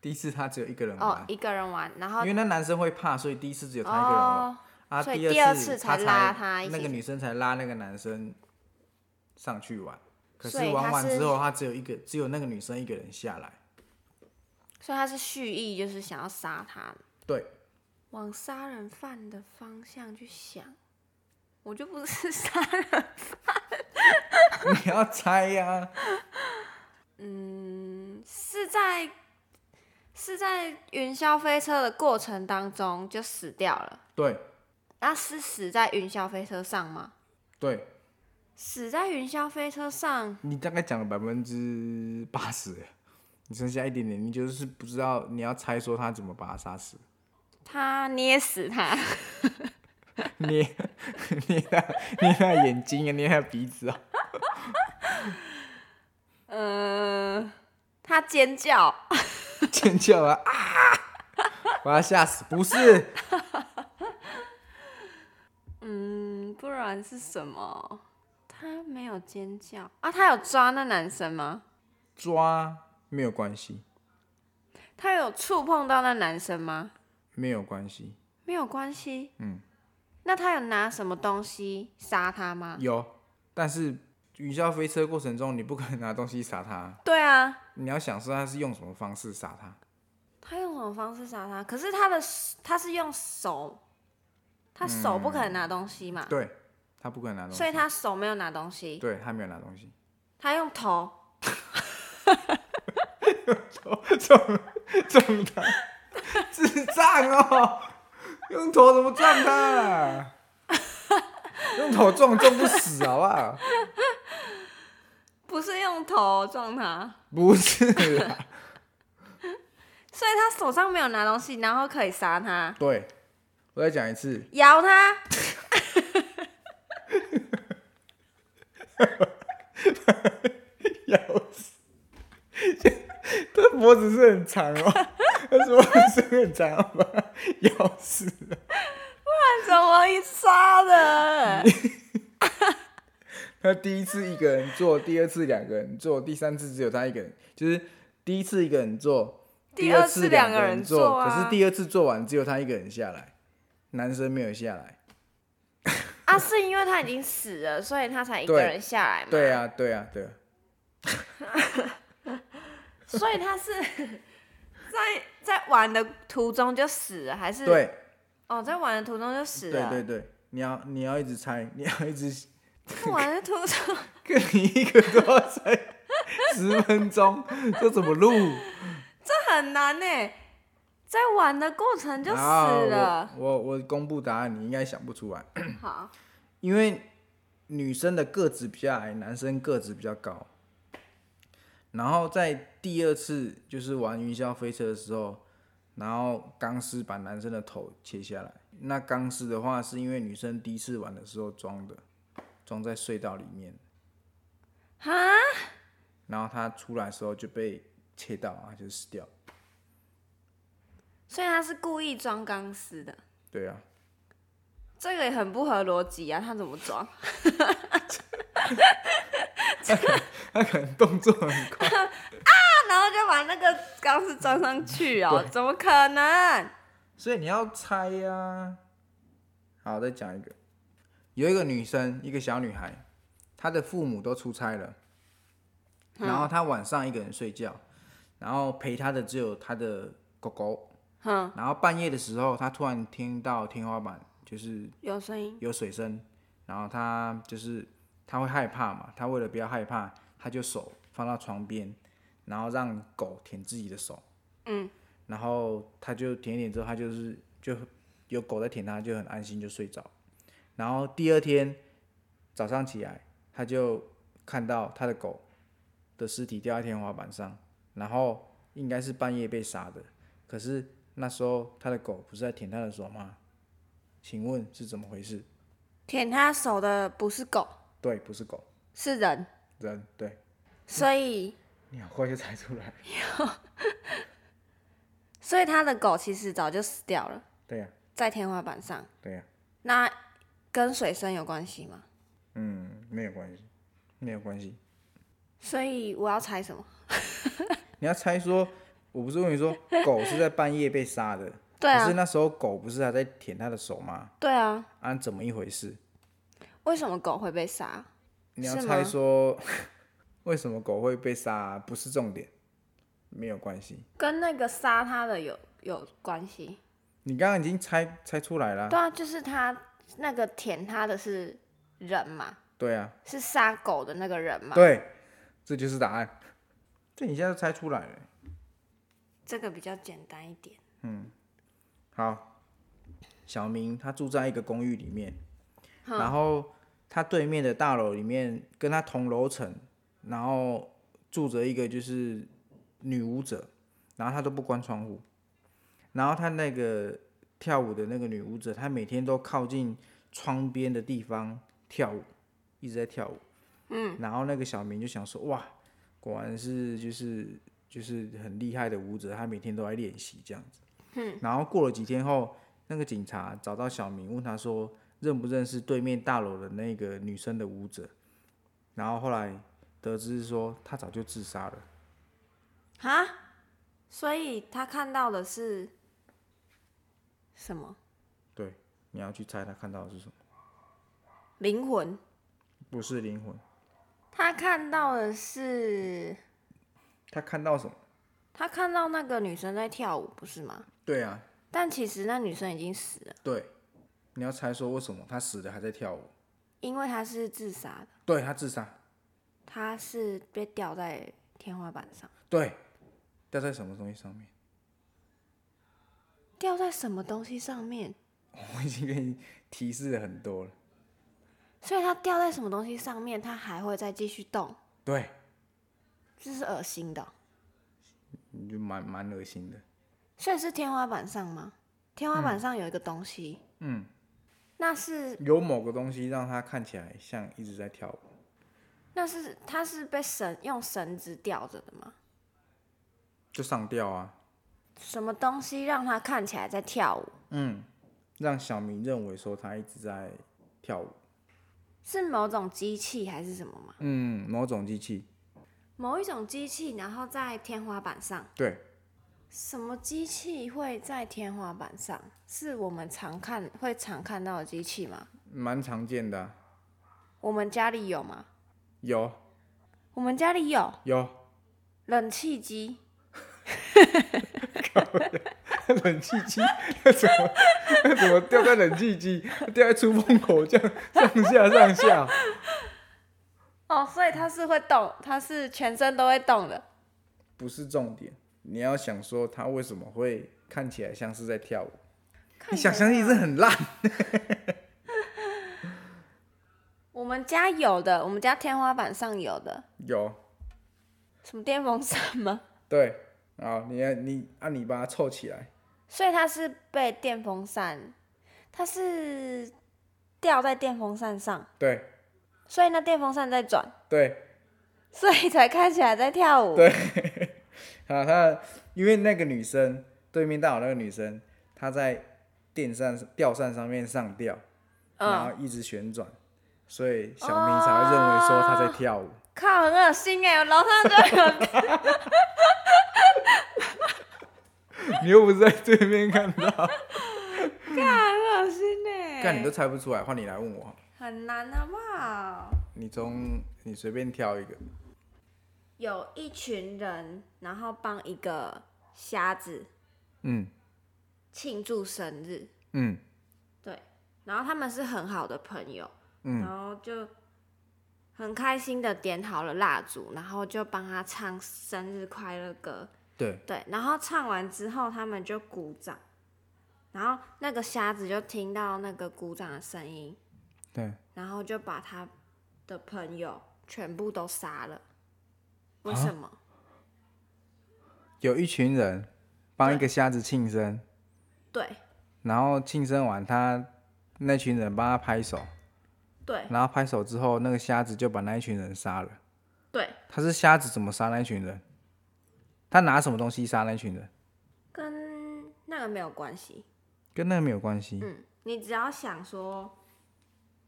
A: 第一次他只有一个人
B: 哦
A: 玩，，
B: 一个人玩，然后
A: 因为那男生会怕，所以第一次只有他一个人玩。
B: 哦，
A: 啊，
B: 所以
A: 第
B: 第二
A: 次
B: 次
A: 他
B: 才拉他一起
A: 那个女生才拉那个男生上去玩。可是
B: 所以他
A: 玩完
B: 是
A: 之后，他只有一个，只有那个女生一个人下来。
B: 所以他是蓄意就是想要杀他，
A: 对，
B: 往杀人犯的方向去想，我就不是杀人，
A: 你要猜呀、
B: 嗯，是在是在云霄飞车的过程当中就死掉了，
A: 对
B: 那是死在云霄飞车上吗？
A: 对，
B: 死在云霄飞车上，
A: 你大概讲了百分之八十，你剩下一点点，你就是不知道你要猜说他怎么把他杀死，
B: 他捏死他，
A: 捏 捏他捏他的眼睛啊，捏他的鼻子啊，
B: 嗯、他尖叫，
A: 尖叫啊啊！把他吓死，不是
B: 嗯，不然是什么？他没有尖叫啊，他有抓那男生吗？
A: 抓没有关系，
B: 他有触碰到那男生吗？
A: 没有关系，
B: 没有关系，
A: 嗯，
B: 那他有拿什么东西杀他吗？
A: 有，但是云霄飞车过程中你不可能拿东西杀他，
B: 对啊，
A: 你要想说他是用什么方式杀他，
B: 他用什么方式杀他？可是他的他是用手，他手不可能拿东西嘛，
A: 嗯对他不可能拿东西
B: 所，以他手没有拿东西，
A: 对他没有拿东西，
B: 他用头，
A: 撞 撞他，智障哦！用头怎么撞他、啊？用头撞撞不死，好不好？
B: 不是用头撞他。
A: 不是啦，
B: 所以他手上没有拿东西，然后可以杀他，
A: 对，我再讲一次，
B: 咬他，
A: 咬死。他脖子是很长哦，他脖子是很长，把它 咬死 了。
B: 看怎么一杀 的？
A: 他第一次一个人做，第二次两个人做，第三次只有他一个人，就是第一次一个人做，
B: 第
A: 二
B: 二
A: 次
B: 次
A: 两
B: 两
A: 个
B: 个
A: 人
B: 人
A: 做，
B: 做啊
A: 可是第二次做完只有他一个人下来，男生没有下来，
B: 啊，是因为他已经死了，所以他才一个
A: 对
B: 人下来嘛。
A: 对啊，对啊，对啊，
B: 所以他 是在在玩的途中就死了，还是
A: 对
B: 哦，在玩的途中就死
A: 对
B: 了。
A: 对对，你要你要一直猜，你要一 直
B: 在玩的途中，
A: 跟你一个都要猜十分钟，这怎么录？
B: 这很难呢。在玩的过程就死
A: 啊我
B: 了。
A: 我我公布答案，你应该想不出来，
B: 好，
A: 因为女生的个子比较矮，男生个子比较高。然后在第二次就是玩云霄飞车的时候，然后钢丝把男生的头切下来。那钢丝的话，是因为女生第一次玩的时候装的，装在隧道里面，
B: 哈，
A: 然后她出来的时候就被切到，然后就死掉。
B: 所以他是故意装钢丝的，
A: 对啊，
B: 这个也很不合逻辑啊！他怎么 装？
A: 她可能动作很 快。
B: 啊然后就把那个钢丝装上去哦，怎么可能？
A: 所以你要猜呀、好，再讲一个，有一个女生，一个小女孩，她的父母都出差了，然后她晚上一个人睡觉，然后陪她的只有她的狗狗。
B: 哼，
A: 然后半夜的时候，她突然听到天花板就是
B: 有声音，
A: 有水声，然后她就是她会害怕嘛，她为了不要害怕，她就手放到床边，然后让狗舔自己的手，
B: 嗯，
A: 然后她就舔一舔之后，她就是就有狗在舔她，就很安心就睡着。然后第二天早上起来，她就看到她的狗的尸体掉在天花板上，然后应该是半夜被杀的，可是那时候她的狗不是在舔她的手吗？请问是怎么回事？
B: 舔他手的不是狗，
A: 对，不是狗，
B: 是人，
A: 人。对，
B: 所以
A: 你好快就猜出来。
B: 所以他的狗其实早就死掉了，
A: 对呀、
B: 在天花板上。
A: 对啊呀、
B: 那跟水声有关系吗？
A: 嗯，没有关系，没有关系。
B: 所以我要猜什么？
A: 你要猜说，我不是问你说狗是在半夜被杀的，
B: 对
A: 可
B: 啊
A: 是，那时候狗不是还在舔它的手吗？
B: 对啊，
A: 啊，怎么一回事？
B: 为什么狗会被杀？
A: 你要
B: 是
A: 猜
B: 吗
A: 说为什么狗会被杀、不是重点，没有关系。
B: 跟那个杀他的有有关系？
A: 你刚刚已经猜猜出来了啊，
B: 对啊，就是他那个舔他的是人嘛，
A: 对啊，
B: 是杀狗的那个人嘛？
A: 对，这就是答案。这你现在就猜出来了。
B: 这个比较简单一点。
A: 好，小明他住在一个公寓里面，然后他对面的大楼里面跟他同楼层，然后住着一个就是女舞者，然后他都不关窗户，然后他那个跳舞的那个女舞者，她每天都靠近窗边的地方跳舞，一直在跳舞。嗯，然后那个小明就想说，哇，果然是就是就是很厉害的舞者，他每天都在练习这样子。然后过了几天后，那个警察找到小明，问他说认不认识对面大楼的那个女生的舞者，然后后来得知说他早就自杀了，
B: 啊，所以他看到的是什么
A: 对，你要去猜他看到的是什么？
B: 灵魂？
A: 不是灵魂，
B: 他看到的是
A: 他看到什么？
B: 他看到那个女生在跳舞，不是吗？
A: 对啊，
B: 但其实那女生已经死了，
A: 对，你要猜说为什么他死了还在跳舞？
B: 因为她是自杀的，
A: 对他自杀，
B: 她是被吊在天花板上，
A: 对，掉在什么东西上面？
B: 吊在什么东西上面？
A: 我已经给你提示了很多了，
B: 所以她吊在什么东西上面，她还会再继续动，
A: 对，
B: 这是恶心的哦、
A: 你就蛮蛮恶心的，
B: 所以是天花板上吗？天花板上有一个东西，
A: 嗯，
B: 那是
A: 有某个东西让他看起来像一直在跳舞。
B: 那是他是被绳用绳子吊着的吗？
A: 就上吊啊，
B: 什么东西让他看起来在跳舞？
A: 嗯，让小明认为说他一直在跳舞，
B: 是某种机器还是什么吗？
A: 嗯，某种机器，
B: 某一种机器，然后在天花板上。
A: 对，
B: 什么机器会在天花板上？是我们常看会常看到的机器吗？
A: 蛮常见的啊、
B: 我们家里有吗？
A: 有
B: 我们家里有
A: 有
B: 冷气机，
A: 冷气机，那怎么那怎么掉在冷气机，掉在出风口这样上下上下，
B: 哦，所以它是会动，它是全身都会动的。
A: 不是重点。你要想说它为什么会看起来像是在跳舞，
B: 看
A: 你
B: 起
A: 想
B: 来
A: 象力是很烂。
B: 我们家有的，我们家天花板上有的，
A: 有
B: 什么电风扇吗？
A: 对啊，你你啊你把它凑起来，
B: 所以它是被电风扇，它是吊在电风扇上，
A: 对
B: 所以那电风扇在转，
A: 对
B: 所以才看起来在跳舞。
A: 对，啊他因为那个女生对面大我那个女生，她在电扇吊扇上面上吊，然
B: 嗯，
A: 后一直旋转，所以小明才会认为说她在跳舞。
B: 靠，很恶心哎、我楼上 就有人
A: 你又不是在对面看到，
B: 看，很恶心哎、
A: 看你都猜不出来，换你来问我，
B: 很难好不好？
A: 你从你随便挑一个，
B: 有一群人，然后帮一个瞎子
A: 嗯
B: 庆祝生日，
A: 嗯
B: 对，然后他们是很好的朋友，然
A: 嗯
B: 后就很开心的点好了蜡烛，然后就帮他唱生日快乐歌，
A: 对，
B: 对，然后唱完之后他们就鼓掌，然后那个瞎子就听到那个鼓掌的声音，
A: 对，
B: 然后就把他的朋友全部都杀了，为什么？
A: 有一群人帮一个瞎子庆生，
B: 对
A: 然后庆生完他那群人帮他拍手，
B: 对
A: 然后拍手之后那个瞎子就把那一群人杀了。
B: 对，
A: 他是瞎子，怎么杀那一群人？他拿什么东西杀那一群人？
B: 跟那个没有关系，
A: 跟那个没有关系。
B: 嗯，你只要想说。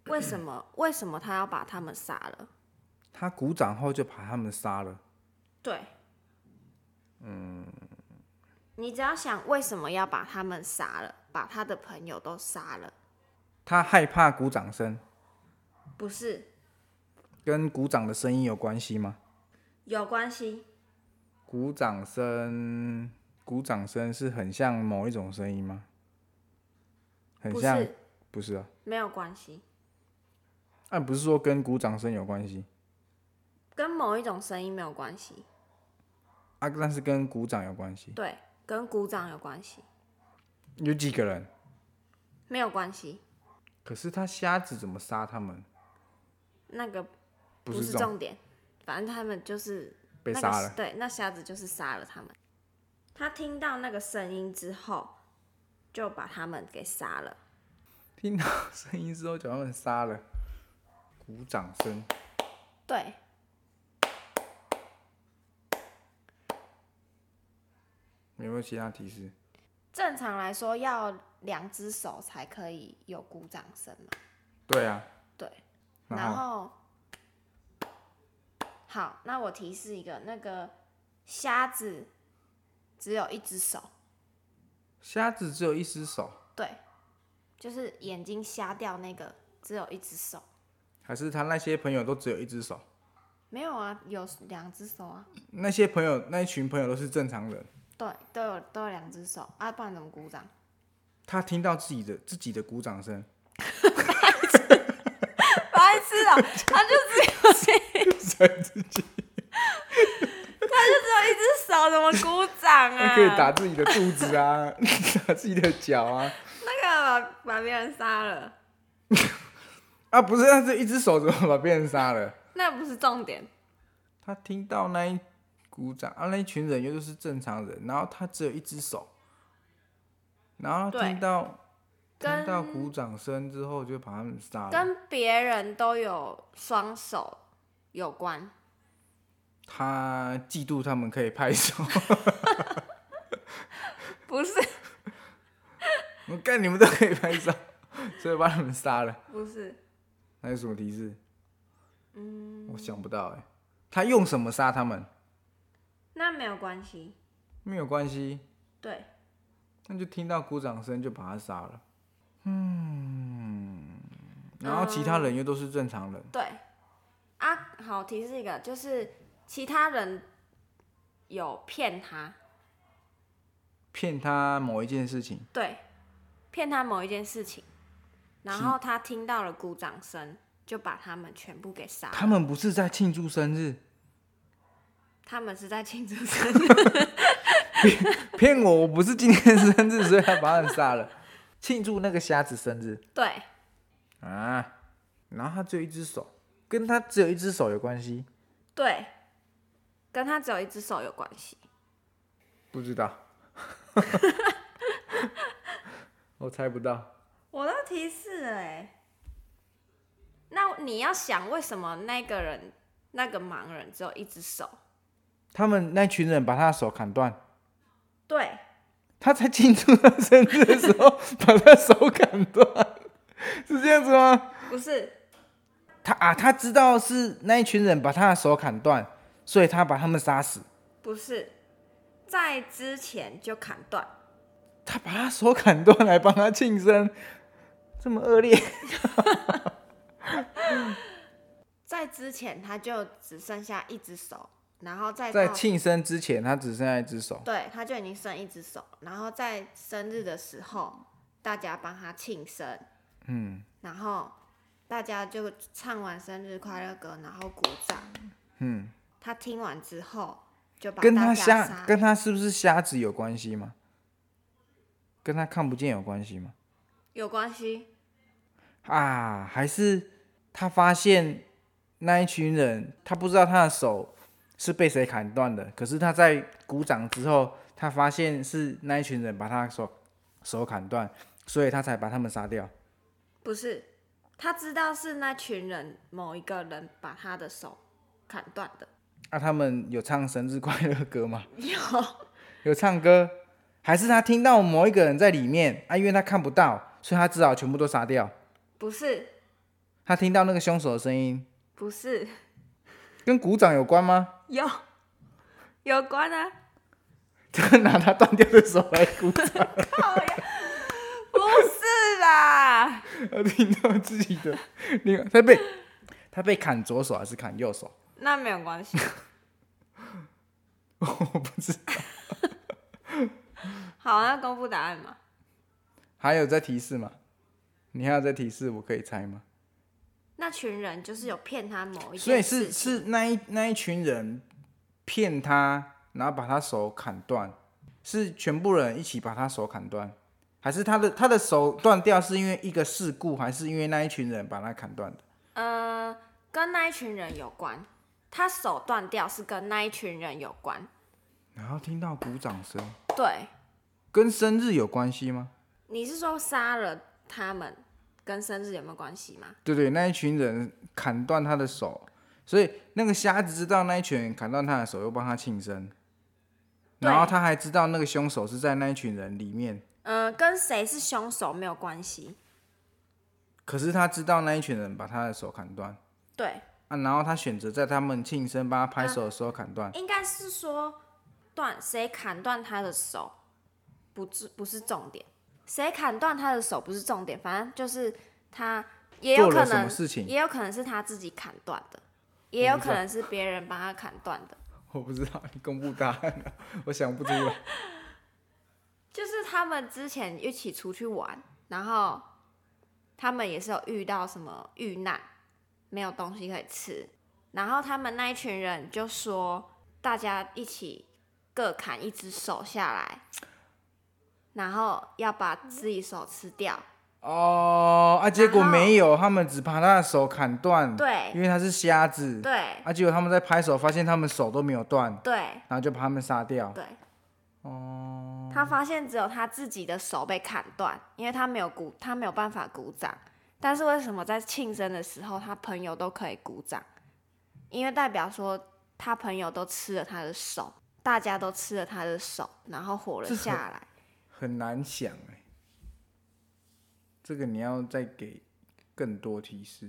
B: 为什么？为什么他要把他们杀了？
A: 他鼓掌后就把他们杀了。
B: 对，嗯，你只要想为什么要把他们杀了，把他的朋友都杀了，
A: 他害怕鼓掌声，
B: 不是
A: 跟鼓掌的声音有关系吗？
B: 有关系？
A: 鼓掌声，鼓掌声是很像某一种声音吗？很
B: 不
A: 像，
B: 是，
A: 不是啊？
B: 没有关系，
A: 啊，不是说跟鼓掌声有关系
B: 跟某一种声音没有关系，
A: 啊，但是跟鼓掌有关系。
B: 对，跟鼓掌有关系，
A: 有几个人？
B: 没有关系，
A: 可是他瞎子怎么杀他们？
B: 那个
A: 不
B: 不是
A: 这种
B: 重点，反正他们就是
A: 被
B: 那
A: 杀
B: 个
A: 了。
B: 对，那瞎子就是杀了他们。他听到那个声音之后，就把他们给杀了。
A: 听到声音之后，就把他们杀了。鼓掌声，
B: 对。
A: 有没有其他提示？
B: 正常来说要两只手才可以有鼓掌声嘛，
A: 对啊，
B: 对。
A: 然
B: 然
A: 后
B: 后，好，那我提示一个，那个瞎子只有一只手，
A: 瞎子只有一只手，
B: 对，就是眼睛瞎掉那个只有一只手，
A: 还是他那些朋友都只有一只手？
B: 没有啊，有两只手啊，
A: 那些朋友，那一群朋友都是正常人。
B: 对，都有都有两只手啊，不然怎么鼓掌？
A: 他听到自己的自己的鼓掌声，
B: 白痴啊，他就只有这，
A: 所以自己
B: 一只手，怎么鼓掌
A: 他
B: 啊？
A: 可以打自己的肚子啊， 打自己的脚啊。
B: 那个把把别人杀了，
A: 啊，不是，那是一只手怎么把别人杀了？
B: 那不是重点。
A: 他听到那一鼓掌啊，那一群人又都是正常人，然后他只有一只手，然后
B: 对
A: 听到听
B: 跟
A: 到鼓掌声之后就把他们杀了。
B: 跟别人都有双手有关，
A: 他嫉妒他们可以拍手，
B: 不是
A: 我干你们都可以拍手，所以把他们杀了。
B: 不是，
A: 那有什么提示？嗯，我想不到哎、他用什么杀他们？
B: 那没有关系。
A: 没有关系，
B: 对，
A: 那就听到鼓掌声就把他杀了。嗯，然后其他人又都是正常人，
B: 对，啊，好，提示一个，就是其他人有骗他，
A: 骗他某一件事情，
B: 对，骗他某一件事情，然
A: 其
B: 后他听到了鼓掌声，就把他们全部给杀了。
A: 他们不是在庆祝生日，
B: 他们是在庆祝生 日，
A: 骗我，我不是今天生日， 所以他把他们杀了，庆祝那个瞎子生日
B: 对，
A: 啊。然后他只有一只手，跟他只有一只手有关系？
B: 对，跟他只有一只手有关系。
A: 不知道， 我猜不到。
B: 我都提示了、欸，那你要想为什么那个人那个盲人只有一只手？
A: 他们那群人把他的手砍断，
B: 对，
A: 他在庆祝他生日的时候 把他手砍断，是这样子吗？
B: 不是，
A: 他啊，他知道是那一群人把他的手砍断，所以他把他们杀死。
B: 不是，在之前就砍断。
A: 他把他手砍断来帮他庆生，这么恶劣。
B: 在之前他就只剩下一只手，然后再
A: 在
B: 到
A: 庆生之前，他只剩下一只手。
B: 对，他就已经剩一只手，然后在生日的时候，大家帮他庆生，
A: 嗯
B: 然后大家就唱完生日快乐歌，然后鼓掌。
A: 嗯，
B: 他听完之后就把
A: 跟
B: 大
A: 他
B: 家
A: 瞎
B: 杀
A: 跟他是不是瞎子有关系吗？跟他看不见有关系吗？
B: 有关系，
A: 啊，还是他发现那一群人，他不知道他的手是被谁砍断的，可是他在鼓掌之后，他发现是那一群人把他手手砍断，所以他才把他们杀掉。
B: 不是他知道是那群人某一个人把他的手砍断的，
A: 啊，他们有唱生日快乐歌吗？
B: 有
A: 有唱歌，还是他听到某一个人在里面啊？因为他看不到，所以他只好全部都杀掉。
B: 不是
A: 他听到那个凶手的声音，
B: 不是
A: 跟鼓掌有关吗？
B: 有有关啊，
A: 他拿他断掉的手来鼓掌。
B: 不是啦，
A: 他听到自己的，另外他被他被砍左手还是砍右手？
B: 那没有关系。
A: 我不知。
B: 好，那公布答案嘛。
A: 还有在提示吗？你还有在提示，我可以猜吗？
B: 那群人就是有骗他某一件
A: 所以
B: 事
A: 是
B: 情
A: 是那一那一群人骗他，然后把他手砍断，是全部人一起把他手砍断，还是他的他的手断掉是因为一个事故，还是因为那一群人把他砍断的？
B: 呃，跟那一群人有关。他手断掉是跟那一群人有关，
A: 然后听到鼓掌声，
B: 对，
A: 跟生日有关系吗？
B: 你是说杀了他们跟生日有没有关系吗？
A: 对对，那一群人砍断他的手，所以那个瞎子知道那一群人砍断他的手，又帮他庆生，
B: 对
A: 然后他还知道那个凶手是在那一群人里面，
B: 嗯、跟谁是凶手没有关系。
A: 可是他知道那一群人把他的手砍断
B: 对，
A: 啊，然后他选择在他们庆生帮他拍手的时候砍断，
B: 应该是说断谁砍断他的手，不是不是重点，谁砍断他的手不是重点，反正就是他也有
A: 做
B: 可
A: 了什么
B: 能
A: 事情？
B: 也有可能是他自己砍断的，也有可能是别人帮他砍断的，
A: 我不知道，你公布答案了，我想不出
B: 哦
A: 来。
B: 就是他们之前一起出去玩，然后他们也是有遇到什么遇难，没有东西可以吃，然后他们那一群人就说大家一起各砍一只手下来，然后要把自己手吃掉，
A: 哦，啊，结果没有，他们只把他的手砍断，因
B: 对
A: 为他是瞎子，
B: 对
A: 啊，结果他们在拍手，发现他们手都没有断，
B: 对
A: 然后就把他们杀掉。
B: 对，
A: 哦，
B: 他发现只有他自己的手被砍断，因为他没有鼓，他没有办法鼓掌。但是为什么在庆生的时候，他朋友都可以鼓掌？因为代表说他朋友都吃了他的手，大家都吃了他的手，然后活了
A: 这
B: 下来。
A: 很难想哎、这个你要再给更多提示。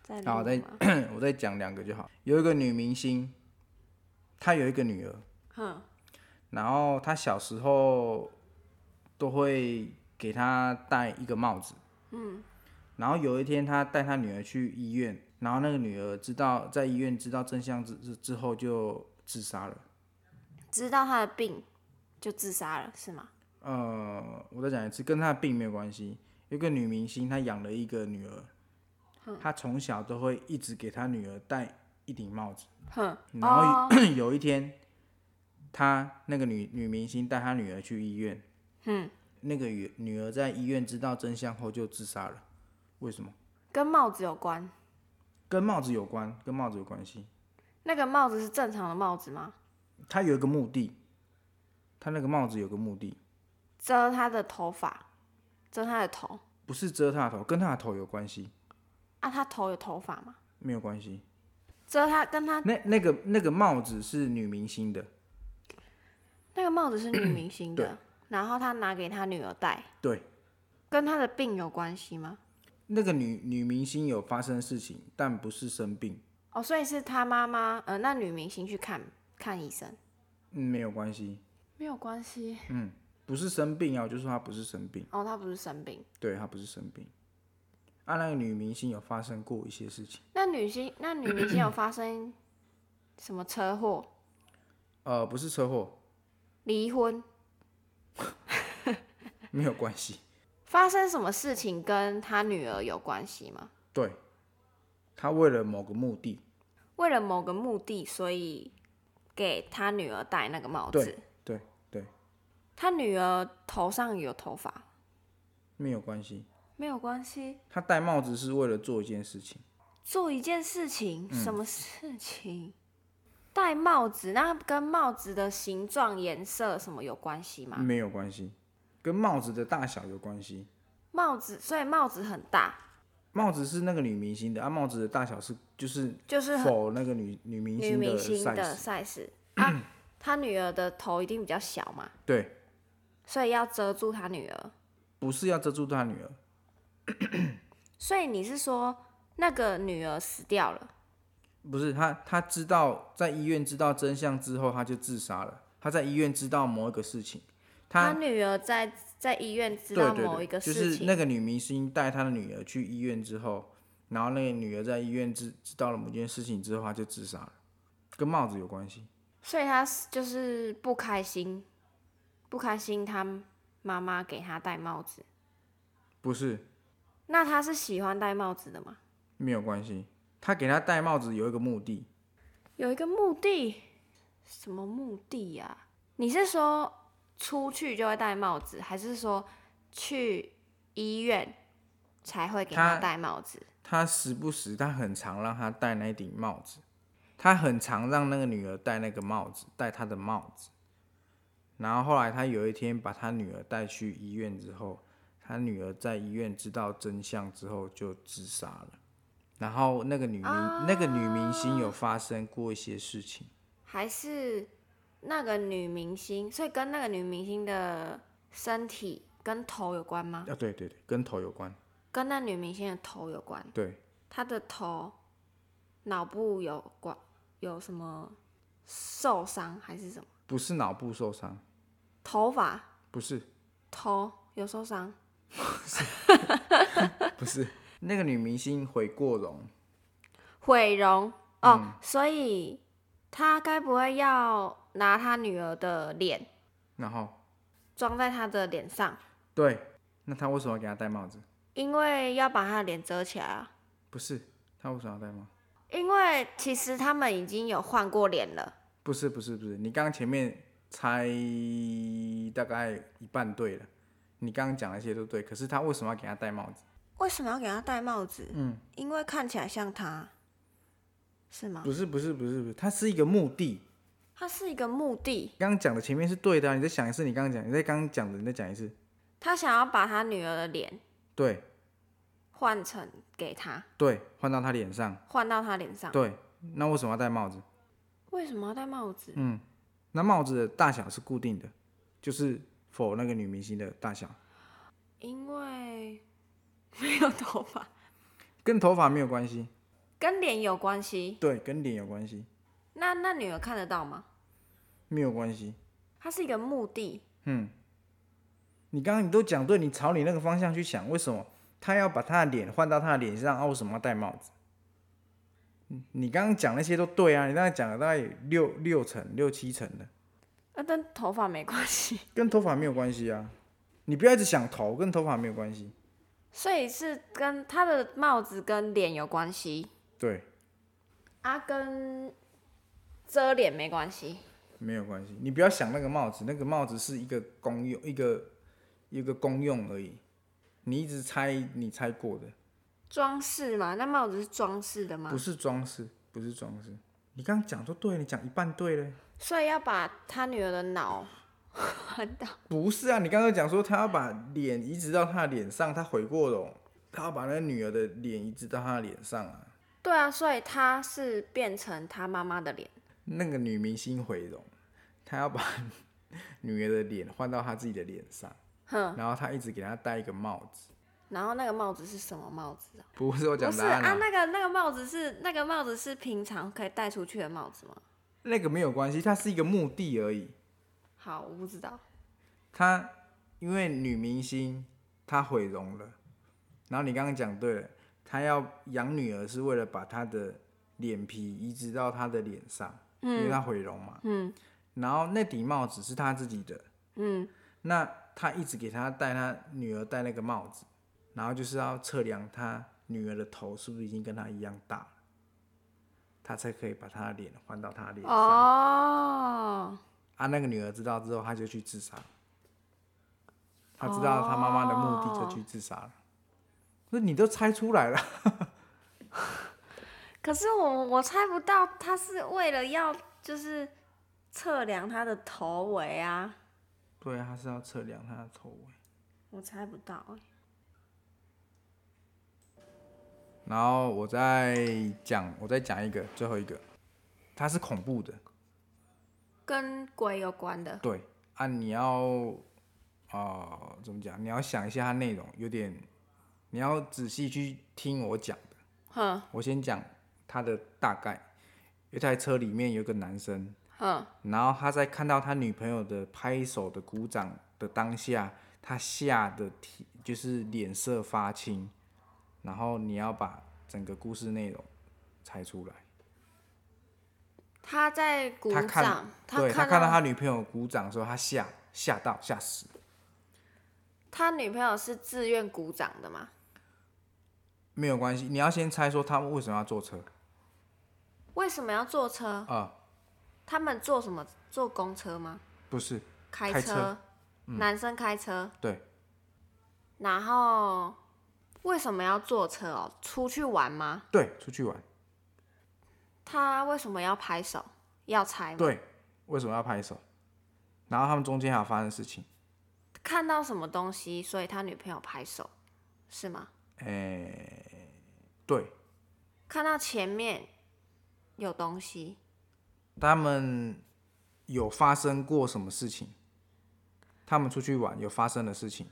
B: 在
A: 好，再
B: 录吗
A: 我再讲两个就好。有一个女明星，她有一个女儿，
B: 哼，
A: 然后她小时候都会给她戴一个帽子，嗯，然后有一天他带他女儿去医院，然后那个女儿知道在医院知道真相之之之后就自杀了。
B: 知道他的病就自杀了，是吗？
A: 呃，我再讲一次，跟他的病没有关系。有一个女明星，她养了一个女儿，她从小都会一直给她女儿戴一顶帽子。
B: 哼，
A: 然后
B: 哦，
A: 有 有一天，她那个女女明星带她女儿去医院，
B: 嗯，
A: 那个女女儿在医院知道真相后就自杀了。为什么？
B: 跟帽子有关。
A: 跟帽子有关，跟帽子有关系。
B: 那个帽子是正常的帽子吗？
A: 她有一个目的，她那个帽子有个目的，
B: 遮他的头发，遮他的头
A: 不是遮她的头，跟她的头有关系，
B: 啊，他头有头发吗？
A: 没有关系。
B: 遮他跟他
A: 那那个那个帽子是女明星的，
B: 那个帽子是女明星的，然后他拿给他女儿戴，
A: 对，
B: 跟他的病有关系吗？
A: 那个女女明星有发生事情，但不是生病，
B: 哦，所以是他妈妈，呃，那女明星去看看医生，
A: 嗯，没有关系，
B: 没有关系。
A: 不是生病啊，我就说她不是生病。
B: 哦，他不是生病。
A: 对，她不是生病。啊，那个女明星有发生过一些事情，
B: 那女星，那女明星有发生什么车祸、
A: 呃，不是车祸，
B: 离婚，
A: 没有关系。
B: 发生什么事情跟他女儿有关系吗？
A: 对，她为了某个目的，
B: 为了某个目的，所以给他女儿戴那个帽
A: 对
B: 子。
A: 对对，
B: 他女儿头上有头发，
A: 没有关系。
B: 没有关系。
A: 她戴帽子是为了做一件事情，
B: 做一件事情，
A: 嗯
B: 什么事情？戴帽子，那跟帽子的形状、颜色什么有关系吗？
A: 没有关系，跟帽子的大小有关系。
B: 帽子，所以帽子很大，
A: 帽子是那个女明星的，啊，帽子的大小是就是
B: 就是很
A: 否那个女女明
B: 女
A: 星
B: 明
A: 的
B: 星
A: size，
B: size 啊。他女儿的头一定比较小嘛，
A: 对，
B: 所以要遮住他女儿。
A: 不是要遮住她女儿，
B: 所以你是说那个女儿死掉了？
A: 不是她她知道在医院知道真相之后，她就自杀了。她在医院知道某一个事情，她
B: 他女儿在在医院知
A: 对
B: 道
A: 对
B: 某
A: 对，
B: 一个
A: 就
B: 事
A: 是
B: 情，
A: 那个女明星带她的女儿去医院之后，然后那个女儿在医院知知道了某件事情之后，她就自杀了，跟帽子有关系。
B: 所以他是就是不开心，不开心他妈妈给他戴帽子。
A: 不是，
B: 那他是喜欢戴帽子的吗？
A: 没有关系。她给她戴帽子有一个目的，
B: 有一个目的，什么目的呀、你是说出去就会戴帽子，还是说去医院才会给他
A: 他
B: 戴帽子？
A: 她时不时她很常让她戴那顶帽子，她很常让那个女儿戴那个帽子，戴她的帽子。然后后来她有一天把她女儿带去医院之后，她女儿在医院知道真相之后就自杀了。然后那个女明、那个女明星有发生过一些事情，
B: 还是那个女明星？所以跟那个女明星的身体跟头有关吗？
A: 啊，对对对，跟头有关，
B: 跟那女明星的头有关，
A: 对，
B: 她的头脑部有关有什么受伤还是什么？
A: 不是脑部受伤，
B: 头发
A: 不是
B: 头有受伤，
A: 不是， 那个女明星悔过容，
B: 毁容哦，所以他该不会要拿他女儿的脸
A: 然后
B: 装在他的脸上，
A: 对，那她为什么要给她戴帽子？
B: 因为要把他的脸遮起来啊？
A: 不是，他为什么要戴帽？
B: 因为其实他们已经有换过脸了，
A: 不是，不是，不是，你刚刚前面猜大概一半对了，你刚刚讲那些都对，可是他为什么要给他戴帽子？
B: 为什么要给他戴帽子？
A: 嗯，
B: 因为看起来像他，是吗？
A: 不是，不是，不是，不是，它是一个目的。
B: 他是一个目的，
A: 刚刚讲的前面是对的啊、你再想一次，你刚刚讲，你再刚刚讲的，你再讲一次，
B: 他想要把他女儿的脸
A: 对，
B: 换成给他，
A: 对，换到他脸上，
B: 换到他脸上。
A: 对，那为什么要戴帽子？
B: 为什么要戴帽子？
A: 嗯，那帽子的大小是固定的，就是否那个女明星的大小，
B: 因为没有头发，
A: 跟头发没有关系，
B: 跟脸有关系。
A: 对，跟脸有关系，
B: 那那女儿看得到吗？
A: 没有关系。
B: 它是一个墓地，
A: 嗯，你刚刚你都讲对，你朝你那个方向去想，为什么他要把他的脸换到他的脸上，啊，为什么要戴帽子？嗯你刚刚讲那些都对啊，你刚才讲了大概有六六成、六七成的，
B: 啊，但头发没关系，
A: 跟头发没有关系啊。你不要一直想头，跟头发没有关系。
B: 所以是跟他的帽子跟脸有关系，
A: 对，
B: 啊，跟遮脸没关系。
A: 没有关系。你不要想那个帽子，那个帽子是一个公用，一个一个公用而已。你一直猜你猜过的，
B: 装饰嘛，那帽子是装饰的吗
A: 不？是装饰，不是装饰。你刚刚讲都对了，你讲一半对了。
B: 所以要把他女儿的脑 换到
A: 不是啊，你刚刚讲说他要把脸移植到他的脸上，他悔过了哦，他要把那女儿的脸移植到他的脸上啊。
B: 对啊，所以他是变成他妈妈的脸，
A: 那个女明星毁容，她要把 女儿的脸换到她自己的脸上，
B: 哼。
A: 然后她一直给她戴一个帽子。
B: 然后那个帽子是什么帽子啊？
A: 不是我
B: 不
A: 讲
B: 是
A: 答案
B: 啊，那个那个帽子是那个帽子是平常可以戴出去的帽子吗？
A: 那个没有关系，它是一个目的而已。
B: 好，我不知道。
A: 她因为女明星她毁容了，然后你刚刚讲对了，她要养女儿是为了把她的脸皮移植到她的脸上，因为她毁容嘛。
B: 嗯
A: 然后那顶帽子是她自己的，
B: 嗯，
A: 那她一直给她戴她女儿戴那个帽子，然后就是要测量她女儿的头是不是已经跟她一样大了，她才可以把她的脸换到她的脸上。
B: 哦，
A: 啊，那个女儿知道之后，她就去自杀。她知道她妈妈的目的，就去自杀了。那、你都猜出来了，
B: 可是我我猜不到他是为了要就是测量他的头围啊，
A: 对，她是要测量她的头围。
B: 我猜不到欸、
A: 然后我再讲，我再讲一个，最后一个，它是恐怖的，
B: 跟鬼有关的。
A: 对啊，你要呃怎么讲？你要想一下它内容，有点，你要仔细去听我讲。
B: 哼
A: 我先讲它的大概，有一台车里面有一个男生，
B: 哼，
A: 然后他在看到他女朋友的拍手的鼓掌的当下，他吓得体就是脸色发青，然后你要把整个故事内容猜出来。
B: 他在鼓
A: 他看
B: 掌，
A: 对他
B: 看
A: 看到他女朋友鼓掌的时候，他吓吓到吓死。
B: 他女朋友是自愿鼓掌的嘛？
A: 没有关系，你要先猜说他们为什么要坐车
B: 为什么要坐车
A: 啊、？
B: 他们坐什么？坐公车吗？
A: 不是，
B: 开
A: 开车嗯
B: 男生开车，
A: 对，
B: 然后为什么要坐车哦？出去玩吗？
A: 对，出去玩，
B: 他为什么要拍手？要猜吗？
A: 对，为什么要拍手？然后他们中间还有发生事情。
B: 看到什么东西，所以他女朋友拍手，是吗？
A: 对，
B: 看到前面有东西，
A: 他们有发生过什么事情？他们出去玩有发生的事情，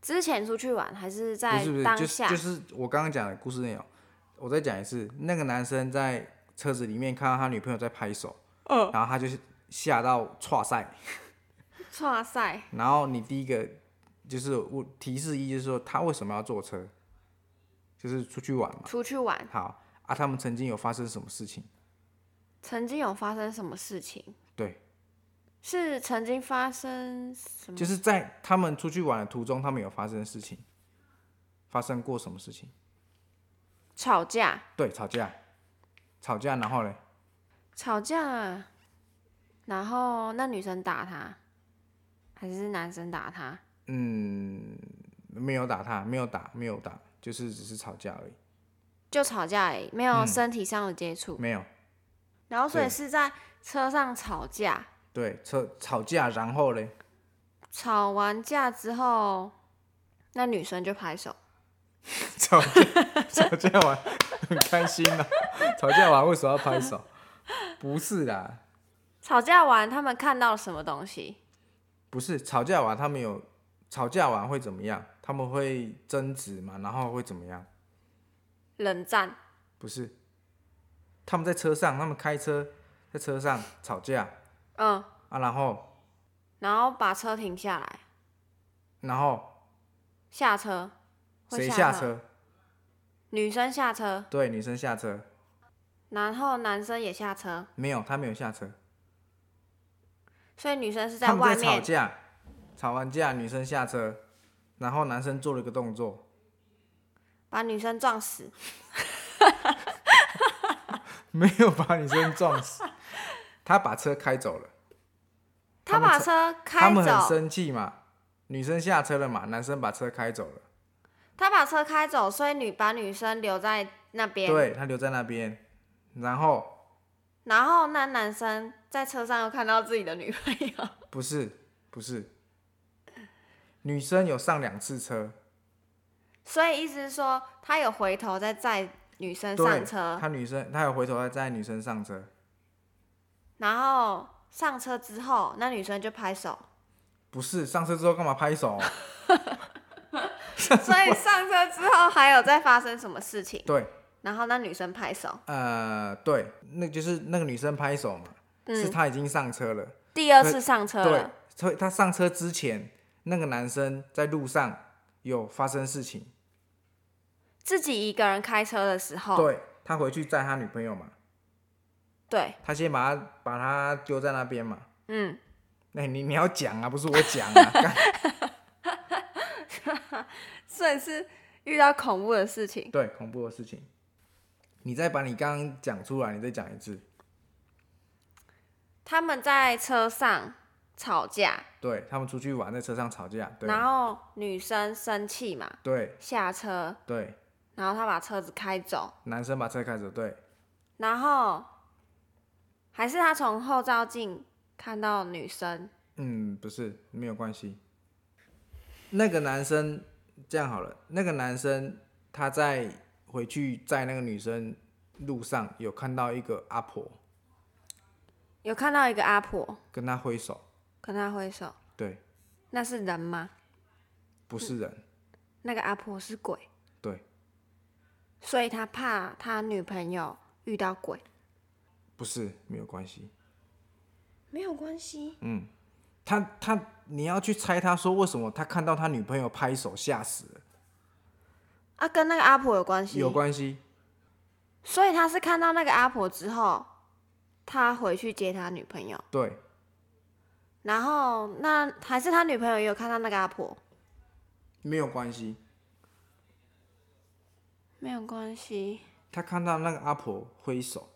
B: 之前出去玩还是
A: 不
B: 在
A: 是不是，
B: 当
A: 就是
B: 下？
A: 就是我刚刚讲的故事内容。我再讲一次，那个男生在车子里面看到他女朋友在拍手，
B: 嗯
A: 然后他就吓到岔赛。
B: 哇塞，
A: 然后你第一个就是我提示一，就是说他为什么要坐车，就是出去玩嘛。
B: 出去玩
A: 好啊，他们曾经有发生什么事情？
B: 曾经有发生什么事情？
A: 对，
B: 是曾经发生什么？
A: 就是在他们出去玩的途中，他们有发生事情，发生过什么事情？
B: 吵架，
A: 对，吵架，吵架，然后嘞，
B: 吵架，然后那女生打他，还是男生打他？
A: 没有打他，没有打，没有打，就是只是吵架而已，
B: 就吵架而已，没
A: 嗯
B: 有身体上的接触。
A: 没有。
B: 然后所以
A: 对
B: 是在车上吵架，
A: 对，吵吵架，然后嘞，
B: 吵完架之后，那女生就拍手，
A: 吵架吵架完 很开心啊，吵架完为什么要拍手？不是啦，
B: 吵架完他们看到了什么东西？
A: 不是吵架完他们有吵架完会怎么样？他们会争执嘛，然后会怎么样？
B: 冷战，
A: 不是，他们在车上，他们开车在车上吵架
B: 嗯，
A: 啊，然后
B: 然后把车停下来，
A: 然后
B: 下车，会
A: 谁
B: 下
A: 下
B: 车
A: 车？
B: 女生下车，
A: 对，女生下车，
B: 然后男生也下车，
A: 没有，他没有下车，
B: 所以女生是
A: 他们
B: 外
A: 在吵
B: 面。
A: 架，吵完架女生下车，然后男生做了一个动作，
B: 把女生撞死，
A: 没有把女生撞 死，他把车开走了，
B: 他
A: 他们
B: 把
A: 吵他
B: 车开
A: 们很
B: 走，
A: 生气嘛，女生下车了嘛，男生把车开走了，
B: 他把车开走，所以女把女生留在那边。
A: 对他留在那边，然后
B: 然后那男生在车上又看到自己的女朋友，
A: 不是不是，女生有上两次车，
B: 所以意思是说他有回头再载女生
A: 对
B: 上车，
A: 她女生她有回头再载女生上车，
B: 然后上车之后，那女生就 拍手，
A: 不是上车之后干嘛拍手？
B: 所以上车之后还有再发生什么事情，
A: 对，
B: 然后那女生拍手，
A: 呃，对，那就是那个女生拍手嘛，是
B: 嗯，
A: 她已经上车了，
B: 第二次上车
A: 对
B: 了，，
A: 所以她上车之前，那个男生在路上有发生事情，
B: 自己一个人开车的时候，
A: 对他回去载他女朋友嘛，
B: 对，
A: 他先把他把他丢在那边嘛，
B: 嗯，
A: 那、你你要讲啊，不是我讲啊， 干
B: 所以是遇到恐怖的事情，
A: 对，恐怖的事情，你再把你刚刚讲出来，你再讲一次，
B: 他们在车上吵架，
A: 对他们出去玩，在车上吵架，对
B: 然后女生生气嘛，
A: 对
B: 下车。
A: 对，
B: 然后他把车子开走，
A: 男生把车开走，对，
B: 然后还是他从后照镜看到女生，
A: 嗯，不是，没有关系。那个男生这样好了，那个男生他在回去载那个女生路上有看到一个阿婆
B: 有看到一个阿婆
A: 跟他挥手，
B: 跟他挥手，
A: 对，
B: 那是人吗？
A: 不是人，
B: 那个阿婆是鬼，
A: 对，
B: 所以他怕他女朋友遇到鬼，
A: 不是，没有关系。
B: 没有关系，
A: 他他你要去猜他说为什么他看到他女朋友拍手吓死了，
B: 啊，跟那个阿婆有关系，
A: 有，关系，
B: 所以他是看到那个阿婆之后，他回去接他女朋友，
A: 对，
B: 然后那还是他女朋友也有看到那个阿婆，
A: 没有关系。
B: 没有关系，
A: 他看到那个阿婆挥手，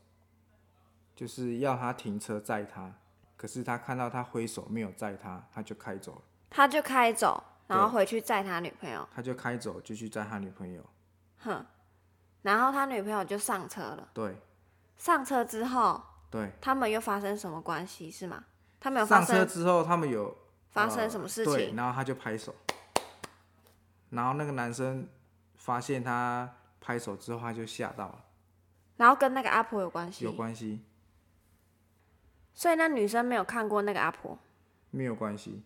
A: 就是要他停车载他，可是他看到他挥手没有载他，他就开走了，
B: 他就开走，然后
A: 对
B: 回去载他女朋友。
A: 他就开走就去载他女朋友。
B: 哼，然后他女朋友就上车了。
A: 对
B: 上车之后，
A: 对，
B: 他们又发生什么关系是吗？他们有发
A: 上车
B: 生
A: 之后他们有呃
B: 发生什么事
A: 对，
B: 情？
A: 然后他就拍手，然后那个男生发现他拍手之后，他就吓到了，
B: 然后跟那个阿婆有关系
A: 有，关系
B: 所以那女生没有看过那个阿婆。
A: 没有关系？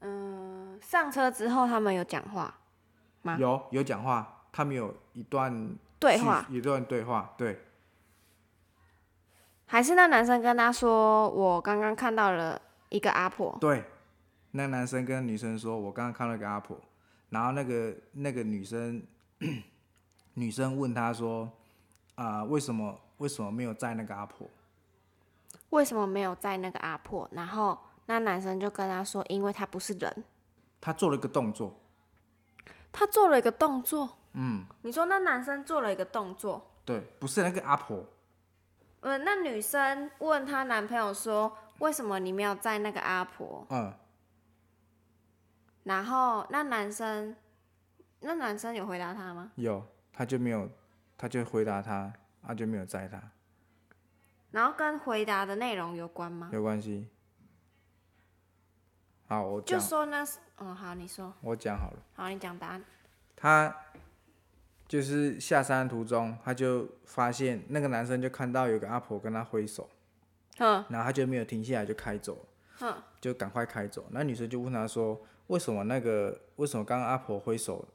B: 嗯，上车之后他们有讲话吗
A: 有有讲话，他们有一段
B: 对
A: 叙
B: 话，
A: 一段对话，对，
B: 还是那男生跟他说：“我刚刚看到了一个阿婆。
A: 对，那个男生跟女生说：“我刚刚看到一个阿婆。”然后那个那个女生 女生问他说：“啊、为什么为什么没有载那个阿婆
B: 为什么没有载那个阿婆？”然后那男生就跟他说：“因为他不是人。”？”
A: 他做了一个动作，
B: 他做了一个动作。嗯，你说那男生做了一个动作，
A: 对，不是那个阿婆，
B: 嗯，那女生问她男朋友说：“为什么你没有载那个阿婆
A: 嗯，？”
B: 然后那男生，那男生有回答她吗？
A: 有，他就没有，他就回答他，他就没有载他，
B: 然后跟回答的内容有关吗？
A: 有关系。好，我
B: 就
A: 讲，
B: 说那是，嗯，好，你说，
A: 我讲好了。
B: 好，你讲答案。
A: 他就是下山途中，他就发现那个男生就看到有个阿婆跟他挥手，
B: 嗯，
A: 然后他就没有停下来就开走，
B: 哼，
A: 就赶快开走。那女生就问他说：“为什么那个为什么刚刚阿婆挥手，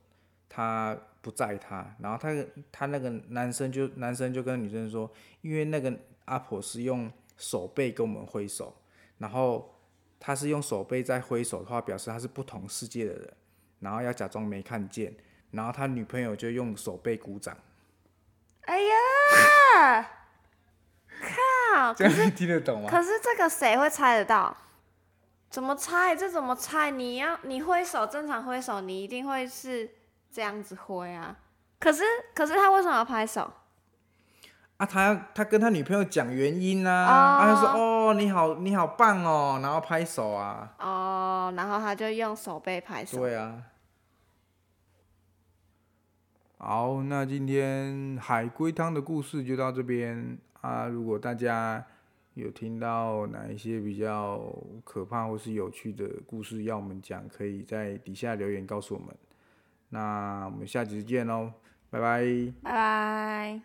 A: 他不载他？”然后他他那个男生就男生就跟女生说：“因为那个阿婆是用手背跟我们挥手，然后他是用手背在挥手的话，表示他是不同世界的人。然后要假装没看见，然后他女朋友就用手背鼓掌，
B: 哎 呀，靠！
A: 这样你听得懂吗？
B: 嗯可是这个谁会猜得到？怎么猜？这怎么猜？你要你挥手，正常挥手，你一定会是这样子挥啊。可是可是他为什么要拍手？
A: 啊，他他跟他女朋友讲原因啊，
B: 哦
A: 啊，他说哦你好你好棒哦，然后拍手啊，
B: 哦，然后他就用手背拍手。
A: 对啊。好，那今天海龟汤的故事就到这边啊。如果大家有听到哪一些比较可怕或是有趣的故事要我们讲，可以在底下留言告诉我们。那我们下集见喽，拜拜。
B: 拜拜。